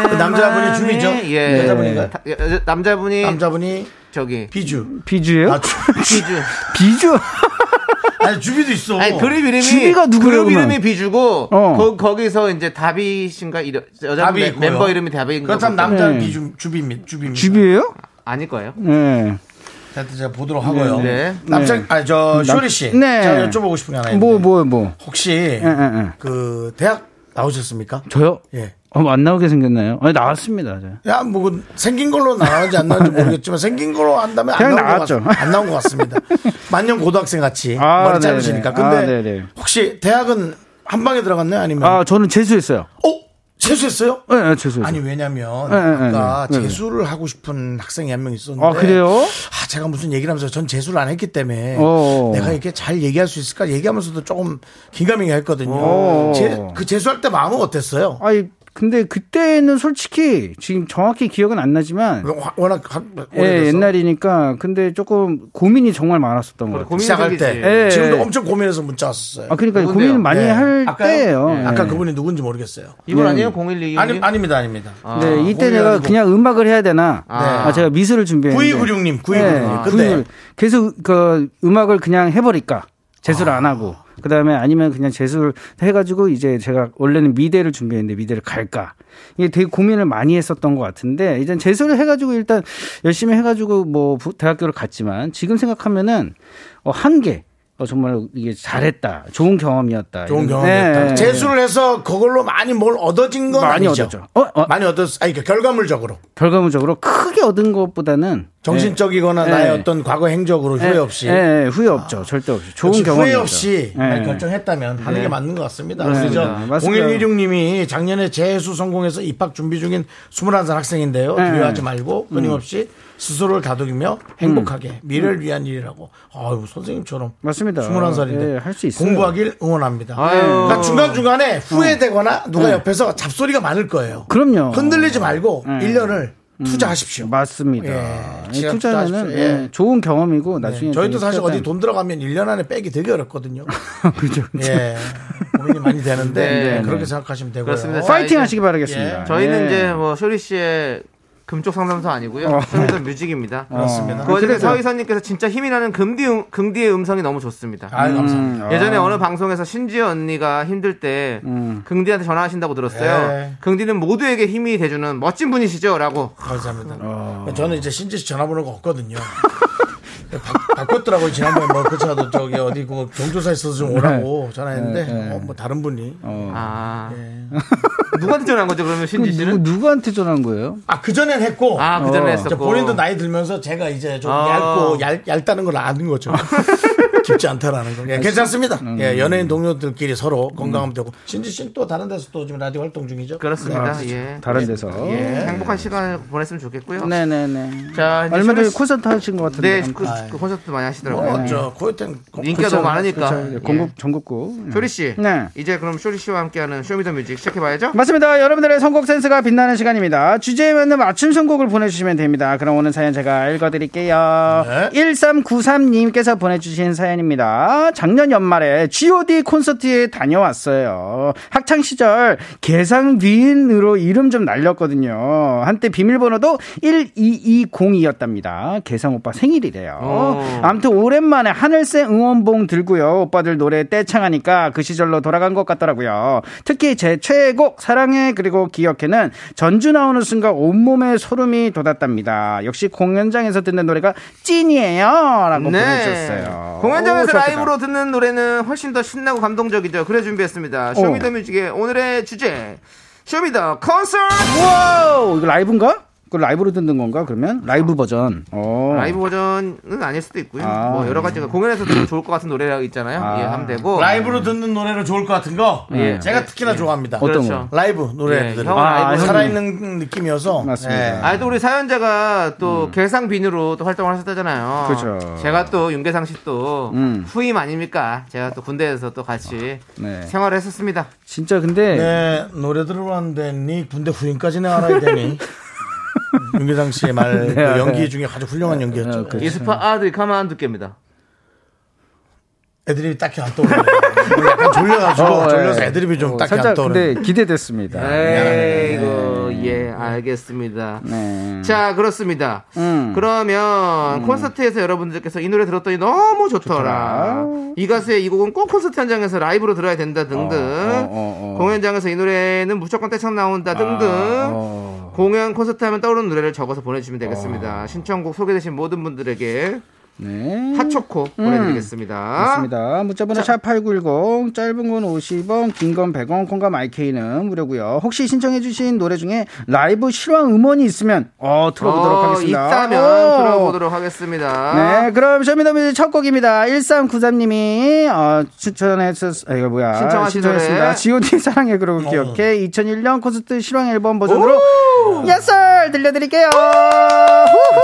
Speaker 1: 그 남자분이 줌이죠?
Speaker 2: 예.
Speaker 1: 여자분인가요?
Speaker 2: 다- 여- 여- 남자분이
Speaker 1: 남자분이
Speaker 2: 저기
Speaker 1: 비주.
Speaker 6: 비주예요?
Speaker 1: 아, 주,
Speaker 2: 비주.
Speaker 6: 비주?
Speaker 1: 아니, 주비도 있어.
Speaker 2: 아니 그룹 이름이
Speaker 6: 줌이가 누구예요,
Speaker 2: 그룹 이름이
Speaker 6: 그러면?
Speaker 2: 비주고
Speaker 6: 어.
Speaker 2: 거, 거기서 이제 다비신가 이런 여자
Speaker 1: 답이
Speaker 2: 분
Speaker 1: 있고요.
Speaker 2: 멤버 이름이 다비인가
Speaker 1: 그렇다면
Speaker 2: 보죠.
Speaker 1: 남자는
Speaker 6: 네.
Speaker 1: 비주, 주비입니다. 주비입니다.
Speaker 6: 주비예요?
Speaker 2: 아닐 거예요.
Speaker 6: 네.
Speaker 1: 하여튼 제가 보도록 하고요.
Speaker 2: 네.
Speaker 1: 남자, 아, 저, 쇼리 씨.
Speaker 6: 네.
Speaker 1: 제가 여쭤보고 싶은 게 하나 있는데.
Speaker 6: 뭐, 뭐, 뭐.
Speaker 1: 혹시,
Speaker 2: 네,
Speaker 6: 예, 예.
Speaker 1: 그, 대학 나오셨습니까?
Speaker 6: 저요?
Speaker 1: 예.
Speaker 6: 어, 안 나오게 생겼나요? 아니, 나왔습니다. 저.
Speaker 1: 야, 뭐, 그 생긴 걸로 나오는지 안 나오는지 모르겠지만, 생긴 걸로 한다면 안
Speaker 6: 그냥
Speaker 1: 나온,
Speaker 6: 나왔죠.
Speaker 1: 것 같, 안 나온 것 같습니다. 만년 고등학생 같이
Speaker 6: 아,
Speaker 1: 머리
Speaker 6: 네네.
Speaker 1: 자르시니까.
Speaker 6: 아,
Speaker 1: 근데,
Speaker 6: 네네.
Speaker 1: 혹시 대학은 한 방에 들어갔나요? 아니면,
Speaker 6: 아, 저는 재수했어요.
Speaker 1: 어? 재수했어요?
Speaker 6: 예, 네, 재수했어요.
Speaker 1: 아니, 왜냐면,
Speaker 6: 네, 네,
Speaker 1: 아까
Speaker 6: 네, 네.
Speaker 1: 재수를 하고 싶은 학생이 한 명 있었는데.
Speaker 6: 아, 그래요?
Speaker 1: 아, 제가 무슨 얘기를 하면서 전 재수를 안 했기 때문에
Speaker 6: 어어.
Speaker 1: 내가 이렇게 잘 얘기할 수 있을까 얘기하면서도 조금 긴가민가 했거든요.
Speaker 6: 어어.
Speaker 1: 제, 그 재수할 때 마음은 어땠어요?
Speaker 6: 아니, 근데 그때는 솔직히 지금 정확히 기억은 안 나지만
Speaker 1: 뭐, 워- 워낙 한-
Speaker 6: 예,
Speaker 1: 오래돼서
Speaker 6: 옛날이니까 근데 조금 고민이 정말 많았었던 것 같아요.
Speaker 2: 고민
Speaker 1: 시작할 때
Speaker 2: 생기지.
Speaker 6: 예,
Speaker 1: 지금도
Speaker 6: 예.
Speaker 1: 엄청 고민해서 문자 왔었어요.
Speaker 6: 아, 그러니까
Speaker 2: 누군데요?
Speaker 6: 고민을 많이
Speaker 1: 예.
Speaker 6: 할
Speaker 2: 아까요?
Speaker 6: 때예요.
Speaker 2: 예.
Speaker 1: 아까 그분이 누군지 모르겠어요.
Speaker 2: 이분
Speaker 6: 네.
Speaker 2: 아니에요? 012.
Speaker 1: 아니, 아닙니다, 아닙니다.
Speaker 6: 네, 이때
Speaker 1: 고민하는
Speaker 6: 내가
Speaker 1: 거.
Speaker 6: 그냥 음악을 해야 되나?
Speaker 2: 아.
Speaker 6: 아, 제가 미술을 준비했는데.
Speaker 1: 9296님, 9296님.
Speaker 6: 네,
Speaker 1: 근데
Speaker 6: 구입을 계속 그 음악을 그냥 해버릴까?
Speaker 1: 아.
Speaker 6: 재수를 안 하고. 그 다음에 아니면 그냥 재수를 해가지고 이제 제가 원래는 미대를 준비했는데 미대를 갈까? 이게 되게 고민을 많이 했었던 것 같은데 이젠 재수를 해가지고 일단 열심히 해가지고 뭐 부- 대학교를 갔지만 지금 생각하면은 어, 한계. 어, 정말 이게 잘했다. 좋은 경험이었다.
Speaker 1: 좋은
Speaker 6: 이런-
Speaker 1: 경험이었다.
Speaker 6: 네, 네,
Speaker 1: 재수를 해서 그걸로 많이 뭘 얻어진 건
Speaker 6: 많이
Speaker 1: 아니죠.
Speaker 6: 얻었죠. 어, 어,
Speaker 1: 많이 얻었, 아니, 그러니까 결과물적으로.
Speaker 6: 결과물적으로 크게 얻은 것보다는
Speaker 1: 정신적이거나
Speaker 6: 네.
Speaker 1: 나의
Speaker 6: 네.
Speaker 1: 어떤 과거 행적으로
Speaker 6: 예,
Speaker 1: 그 후회 없이.
Speaker 6: 예, 예, 후회 없죠. 절대 없죠. 좋은
Speaker 1: 역시
Speaker 6: 경험.
Speaker 1: 그렇죠. 후회 없이 날
Speaker 6: 예.
Speaker 1: 결정했다면 하는 게 맞는 것 같습니다.
Speaker 6: 네, 맞습니다.
Speaker 1: 그래서
Speaker 6: 맞습니다.
Speaker 1: 0116님이 작년에 재수 성공해서 입학 준비 중인 21살 학생인데요.
Speaker 6: 네.
Speaker 1: 두려워하지 말고 끊임없이 스스로를 다독이며 행복하게 미래를 위한 일이라고. 아유 선생님처럼
Speaker 6: 음. 맞습니다.
Speaker 1: 21살인데
Speaker 6: 예, 할수 있어요. 음.
Speaker 1: 공부하길 응원합니다.
Speaker 2: 아유.
Speaker 1: 그러니까 중간중간에 후회되거나 누가 옆에서 잡소리가 많을 거예요.
Speaker 6: 네. 그럼요.
Speaker 1: 흔들리지 말고
Speaker 6: 네.
Speaker 1: 일년을 투자하십시오.
Speaker 6: 맞습니다.
Speaker 1: 예,
Speaker 6: 이
Speaker 1: 지갑도
Speaker 6: 투자는
Speaker 1: 아십시오. 예. 네.
Speaker 6: 예, 좋은 경험이고 나중에
Speaker 1: 저희도
Speaker 6: 되게
Speaker 1: 사실 어디
Speaker 6: 특별한-
Speaker 1: 돈 들어가면 1년 안에 빼기 되게 어렵거든요.
Speaker 6: 그죠.
Speaker 1: 예. 고민이 많이 되는데
Speaker 2: 네,
Speaker 1: 네,
Speaker 6: 네.
Speaker 1: 그렇게 생각하시면 되고요.
Speaker 2: 그렇습니다. 자,
Speaker 6: 파이팅
Speaker 2: 이제
Speaker 6: 하시기 바라겠습니다.
Speaker 1: 예.
Speaker 2: 저희는
Speaker 6: 예.
Speaker 2: 이제 뭐 쇼리 씨의 금쪽 상담소 아니고요.
Speaker 6: 어.
Speaker 2: 쇼리더 뮤직입니다.
Speaker 1: 그렇습니다.
Speaker 2: 그 어제
Speaker 6: 그래서-
Speaker 2: 서희선님께서 진짜 힘이 나는 금디 음, 금디의 음성이 너무 좋습니다.
Speaker 1: 아유 감사합니다.
Speaker 6: 뭐
Speaker 2: 예전에 어느 방송에서 신지어 언니가 힘들 때
Speaker 6: 음.
Speaker 2: 긍디한테 전화하신다고 들었어요.
Speaker 6: 네.
Speaker 1: 예.
Speaker 2: 긍디는 모두에게 힘이 돼주는 멋진 분이시죠라고.
Speaker 1: 감사합니다.
Speaker 2: 어.
Speaker 1: 저는 이제 신지 씨 전화번호가 없거든요. 바, 바꿨더라고요 지난번에 뭐 그차도 저기 어디 그 경조사 있어서
Speaker 2: 네.
Speaker 1: 좀 오라고 전화했는데 어, 뭐 다른 분이
Speaker 6: 어.
Speaker 2: 아 누구한테 전화한 거죠? 그러면 신지
Speaker 6: 네. 누구,
Speaker 2: 씨는?
Speaker 6: 누구한테 전화한 거예요?
Speaker 1: 아 그전엔 했고
Speaker 2: 아 그 전에
Speaker 6: 어.
Speaker 1: 이제
Speaker 2: 했었고.
Speaker 1: 본인도 나이 들면서 제가 이제 좀
Speaker 2: 아.
Speaker 1: 얇고 얇, 얇다는 걸 아는 거죠. 깊지 않다라는 거. 예, 괜찮습니다.
Speaker 2: 음.
Speaker 1: 예, 연예인 동료들끼리 서로 건강하면 되고 신지 씨는 또 다른 데서 또 지금 라디오 활동 중이죠.
Speaker 2: 그렇습니다.
Speaker 6: 아,
Speaker 2: 예.
Speaker 6: 다른 데서.
Speaker 2: 예. 행복한 시간을 보냈으면 좋겠고요.
Speaker 6: 네네네.
Speaker 2: 자 이제
Speaker 6: 얼마 전에
Speaker 2: 쇼리 씨-
Speaker 6: 콘서트 하신 것 같은데.
Speaker 2: 네, 그, 그 콘서트 많이 하시더라고요.
Speaker 1: 어, 저 고요탱 고-
Speaker 2: 인기가 너무 많으니까.
Speaker 6: 아, 예.
Speaker 2: 예.
Speaker 1: 예.
Speaker 6: 그렇죠. 전국 전국구.
Speaker 2: 쇼리 씨,
Speaker 6: 네.
Speaker 2: 이제 그럼 쇼리 씨와 함께하는 쇼미더뮤직 시작해봐야죠.
Speaker 6: 맞습니다. 여러분들의 선곡 센스가 빛나는 시간입니다. 주제에 맞는 맞춤 선곡을 보내주시면 됩니다. 그럼 오늘 사연 제가 읽어드릴게요.
Speaker 1: 네.
Speaker 6: 1393님께서 보내주신 사연입니다. 작년 연말에 GOD 콘서트에 다녀왔어요. 학창시절 개상비인으로 이름 좀 날렸거든요. 한때 비밀번호도 12202였답니다. 개상오빠 생일이래요.
Speaker 2: 오.
Speaker 6: 어. 아무튼 오랜만에 하늘색 응원봉 들고요. 오빠들 노래 떼창하니까 그 시절로 돌아간 것 같더라고요. 특히 제 최애곡 사랑해 그리고 기억해는 전주 나오는 순간 온몸에 소름이 돋았답니다. 역시 공연장에서 듣는 노래가 찐이에요. 라고 보내주셨어요.
Speaker 2: 네. 공연 현장에서
Speaker 1: 오, 좋았겠다.
Speaker 2: 라이브로 듣는 노래는 훨씬 더 신나고 감동적이죠. 그래 준비했습니다. 쇼미더뮤직의 오늘의 주제 쇼미더 콘서트
Speaker 6: 와우 이거 라이브인가? 그 라이브로 듣는 건가? 그러면 라이브 버전. 어.
Speaker 2: 라이브 버전은 아닐 수도 있고요.
Speaker 6: 아.
Speaker 2: 뭐 여러 가지가 공연에서 들으면 좋을 것 같은 노래라고 있잖아요.
Speaker 6: 아.
Speaker 2: 예, 하면 되고
Speaker 1: 라이브로 듣는 노래로 좋을 것 같은 거 네.
Speaker 6: 예.
Speaker 1: 제가 특히나 좋아합니다.
Speaker 6: 어떤
Speaker 2: 그렇죠.
Speaker 6: 거?
Speaker 1: 라이브 노래들
Speaker 2: 예, 형
Speaker 6: 아,
Speaker 2: 라이브
Speaker 6: 형.
Speaker 1: 살아있는 음, 느낌이어서
Speaker 6: 맞습니다.
Speaker 1: 예.
Speaker 2: 아, 또 우리 사연자가 또 개상빈으로 또 활동을 하셨다잖아요.
Speaker 6: 음. 그렇죠.
Speaker 2: 제가 또 윤계상 씨 또
Speaker 6: 음.
Speaker 2: 후임 아닙니까? 제가 또 군대에서 또 같이
Speaker 6: 네.
Speaker 2: 생활을 했었습니다.
Speaker 6: 진짜
Speaker 1: 내
Speaker 6: 근데
Speaker 1: 네, 노래 들어봤는데 니 군대 후임까지는 알아야 되니 윤계상 씨의 말
Speaker 6: 네,
Speaker 1: 그
Speaker 6: 네.
Speaker 1: 연기 중에 아주 훌륭한 연기였죠.
Speaker 6: 어, 그렇죠.
Speaker 2: 이스파 아들이 가만 안 두께입니다.
Speaker 1: 애드립이 딱히 안 떠오르네. 약간 졸려가지고
Speaker 6: 어,
Speaker 1: 졸려서
Speaker 6: 예.
Speaker 1: 애드립이 좀
Speaker 6: 어,
Speaker 1: 딱히 안
Speaker 6: 살짝
Speaker 1: 떠오르네.
Speaker 6: 근데 기대됐습니다.
Speaker 2: 에이고, 예, 알겠습니다.
Speaker 6: 네.
Speaker 2: 자, 그렇습니다.
Speaker 6: 음.
Speaker 2: 그러면 콘서트에서 여러분들께서 이 노래 들었더니 너무 좋더라. 이 가수의 이 곡은 꼭 콘서트 현장에서 라이브로 들어야 된다 등등.
Speaker 6: 어, 어, 어.
Speaker 2: 공연장에서 이 노래는 무조건 떼창 나온다 등등.
Speaker 6: 어.
Speaker 2: 공연 콘서트 하면 떠오르는 노래를 적어서 보내주시면 되겠습니다. 신청곡 소개되신 모든 분들에게
Speaker 6: 네.
Speaker 2: 핫초코 보내드리겠습니다. 아.
Speaker 6: 맞습니다. 문자번호 샵8910 짧은 건 50원, 긴 건 100원, 콩과 마이케이는 무료고요. 혹시 신청해주신 노래 중에 라이브 실황 음원이 있으면 어 들어보도록
Speaker 2: 어,
Speaker 6: 하겠습니다.
Speaker 2: 있다면
Speaker 6: 오.
Speaker 2: 들어보도록 하겠습니다.
Speaker 6: 네, 그럼 쇼미더뮤직 첫 곡입니다. 1393님이 어, 추천해서 이거 뭐야?
Speaker 2: 신청하신 노래. 어.
Speaker 6: 신청했습니다. G.O.D 사랑해 그러고 기억해 2001년 콘서트 실황 앨범 버전으로 예스 들려드릴게요. 후후.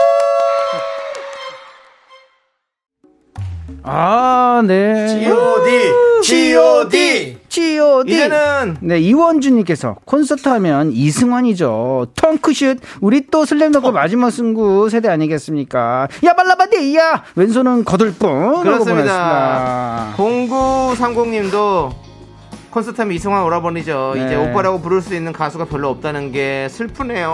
Speaker 6: 아, 네.
Speaker 1: G.O.D. G.O.D.
Speaker 6: G.O.D.
Speaker 2: 이제는
Speaker 6: 네, 이원주님께서 콘서트 하면 이승환이죠. 턴크슛. 우리 또
Speaker 2: 어.
Speaker 6: 슬램덩크 마지막 승부 세대 아니겠습니까? 야, 발라바디야! 왼손은 거들뿐.
Speaker 2: 그렇습니다. 0930님도 콘서트 하면 이승환 오라버니죠.
Speaker 6: 네.
Speaker 2: 이제 오빠라고 부를 수 있는 가수가 별로 없다는 게 슬프네요.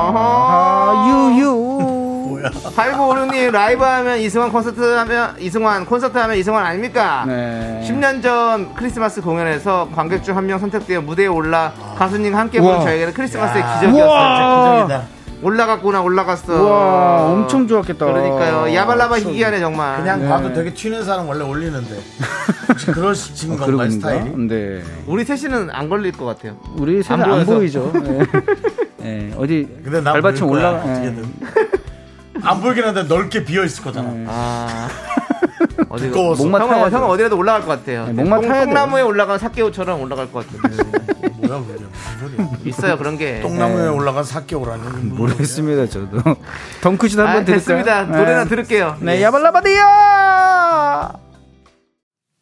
Speaker 6: 아, 유유.
Speaker 2: 8956님 라이브 하면 이승환 콘서트 하면 이승환 콘서트 하면 이승환 아닙니까?
Speaker 6: 네.
Speaker 2: 10년 전 크리스마스 공연에서 관객 중 한 명 선택되어 무대에 올라 가수님과 함께
Speaker 6: 우와.
Speaker 2: 부른 저에게는
Speaker 6: 아,
Speaker 2: 크리스마스의
Speaker 6: 우와.
Speaker 2: 기적이었어요. 올라갔구나 올라갔어.
Speaker 6: 와, 엄청 좋았겠다.
Speaker 2: 그러니까요. 야발라바 희귀하네 정말.
Speaker 1: 그냥 봐도 되게 튀는 사람 원래 올리는데 혹시 그러신 건가요
Speaker 6: 아, 그러군요.
Speaker 1: 스타일이?
Speaker 6: 네.
Speaker 2: 우리 셋이는 안 걸릴 것 같아요.
Speaker 6: 우리 세대
Speaker 2: 안
Speaker 6: 안
Speaker 2: 보여서.
Speaker 6: 보이죠. 네. 네, 어디
Speaker 1: 근데 나
Speaker 6: 발받침
Speaker 1: 모를 거야,
Speaker 6: 올라가. 네. 네.
Speaker 1: 어떻게든 안 보이긴 한데 넓게 비어 있을 거잖아.
Speaker 2: 아. 어디
Speaker 1: 두꺼워서.
Speaker 6: 목마 타야
Speaker 2: 형은,
Speaker 6: 돼요.
Speaker 2: 형은 어디라도 올라갈 것 같아요.
Speaker 6: 네, 목마 타야 돼요.
Speaker 2: 콩나무에 올라간 사케오처럼 올라갈 것 같아요.
Speaker 1: 뭐야 그게 무슨 소리야?
Speaker 2: 있어요 그런 게.
Speaker 1: 똥나무에 올라간 사케오라니
Speaker 6: 네. 아, 모르겠습니다, 저도. 덩크슛
Speaker 2: 아,
Speaker 6: 한번 들을까요?
Speaker 2: 됐습니다. 노래나 들을게요.
Speaker 6: 네, 야발라바디야!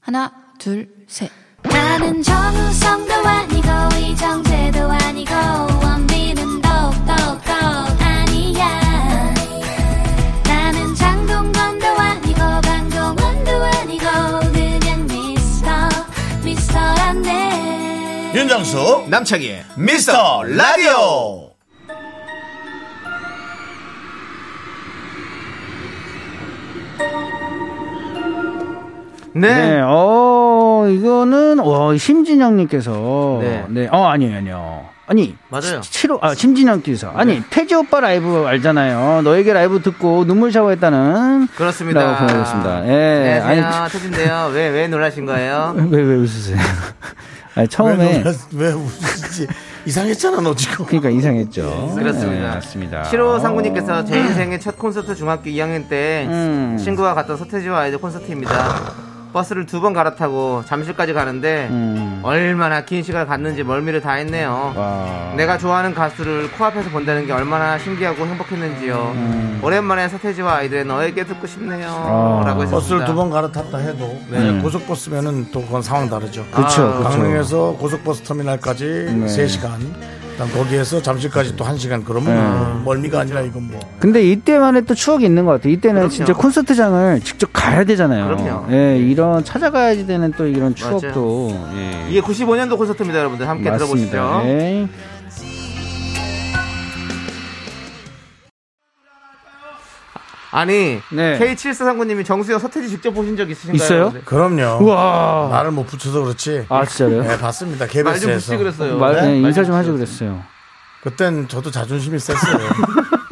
Speaker 7: 하나, 둘, 셋.
Speaker 5: 나는 정우성도 아니고 이정재도 아니고 원빈은 더욱더 아니야 나는 장동건도 아니고 강동원도 아니고 그냥 미스터 미스터란데
Speaker 1: 윤정수 남창희 미스터 라디오
Speaker 2: 네.
Speaker 6: 네, 어, 이거는, 어, 심진영님께서.
Speaker 2: 네.
Speaker 6: 네. 어, 아니에요, 아니요. 아니.
Speaker 2: 맞아요.
Speaker 6: 7호, 아, 심진영 뛰서. 아니,
Speaker 2: 네.
Speaker 6: 태지 오빠 라이브 알잖아요. 너에게 라이브 듣고 눈물 샤워했다는.
Speaker 2: 그렇습니다. 네,
Speaker 6: 라고 보내주셨습니다. 예.
Speaker 2: 안녕하세요.
Speaker 6: 아니,
Speaker 2: 터진데요. 왜, 왜 놀라신 거예요?
Speaker 6: 왜, 왜 웃으세요? 아니,
Speaker 1: 왜,
Speaker 6: 처음에.
Speaker 1: 놀라- 왜 웃지? 이상했잖아 너 지금.
Speaker 6: 그러니까 이상했죠.
Speaker 2: 그렇습니다.
Speaker 6: 네, 맞습니다.
Speaker 2: 7호 상구님께서 제 인생의 첫 콘서트 중학교 2학년 때
Speaker 6: 음.
Speaker 2: 친구와 갔던 서태지와 아이들 콘서트입니다. 버스를 두 번 갈아타고 잠실까지 가는데
Speaker 6: 음.
Speaker 2: 얼마나 긴 시간을 갔는지 멀미를 다 했네요.
Speaker 6: 와.
Speaker 2: 내가 좋아하는 가수를 코앞에서 본다는 게 얼마나 신기하고 행복했는지요. 오랜만에 서태지와 아이들의 너에게 듣고 싶네요.
Speaker 6: 아.
Speaker 2: 라고 했습니다.
Speaker 1: 버스를 두 번 갈아탔다 해도 네, 고속버스면은 또 그건 상황 다르죠.
Speaker 6: 네. 그쵸, 그쵸.
Speaker 1: 강릉에서 고속버스 터미널까지
Speaker 6: 네.
Speaker 1: 3시간, 그다음 거기에서 잠실까지 또 1시간 그러면 뭐
Speaker 6: 네.
Speaker 1: 멀미가 아니라 이건 뭐
Speaker 6: 근데 이때만의 또 추억이 있는 것 같아요. 이때는 진짜 콘서트장을 직접 가야 되잖아요.
Speaker 2: 그럼요.
Speaker 6: 예, 이런 찾아가야지 되는 또 이런 추억도. 예.
Speaker 2: 이게 95년도 콘서트입니다, 여러분들. 함께 들어보시죠.
Speaker 6: 네.
Speaker 2: 아니,
Speaker 6: 네.
Speaker 2: K7439님이 정수영 서태지 직접 보신 적 있으신가요?
Speaker 6: 있어요?
Speaker 2: 여러분들?
Speaker 1: 그럼요.
Speaker 6: 우와.
Speaker 1: 나를 못 붙여서 그렇지.
Speaker 6: 아 진짜요?
Speaker 1: 네, 봤습니다.
Speaker 2: 말 좀
Speaker 1: KBS에서.
Speaker 2: 붙이 그랬어요.
Speaker 6: 말, 네,
Speaker 2: 말
Speaker 6: 인사
Speaker 2: 붙이
Speaker 6: 좀 하지
Speaker 2: 그랬어요.
Speaker 6: 그랬어요.
Speaker 1: 그땐 저도 자존심이 셌어요.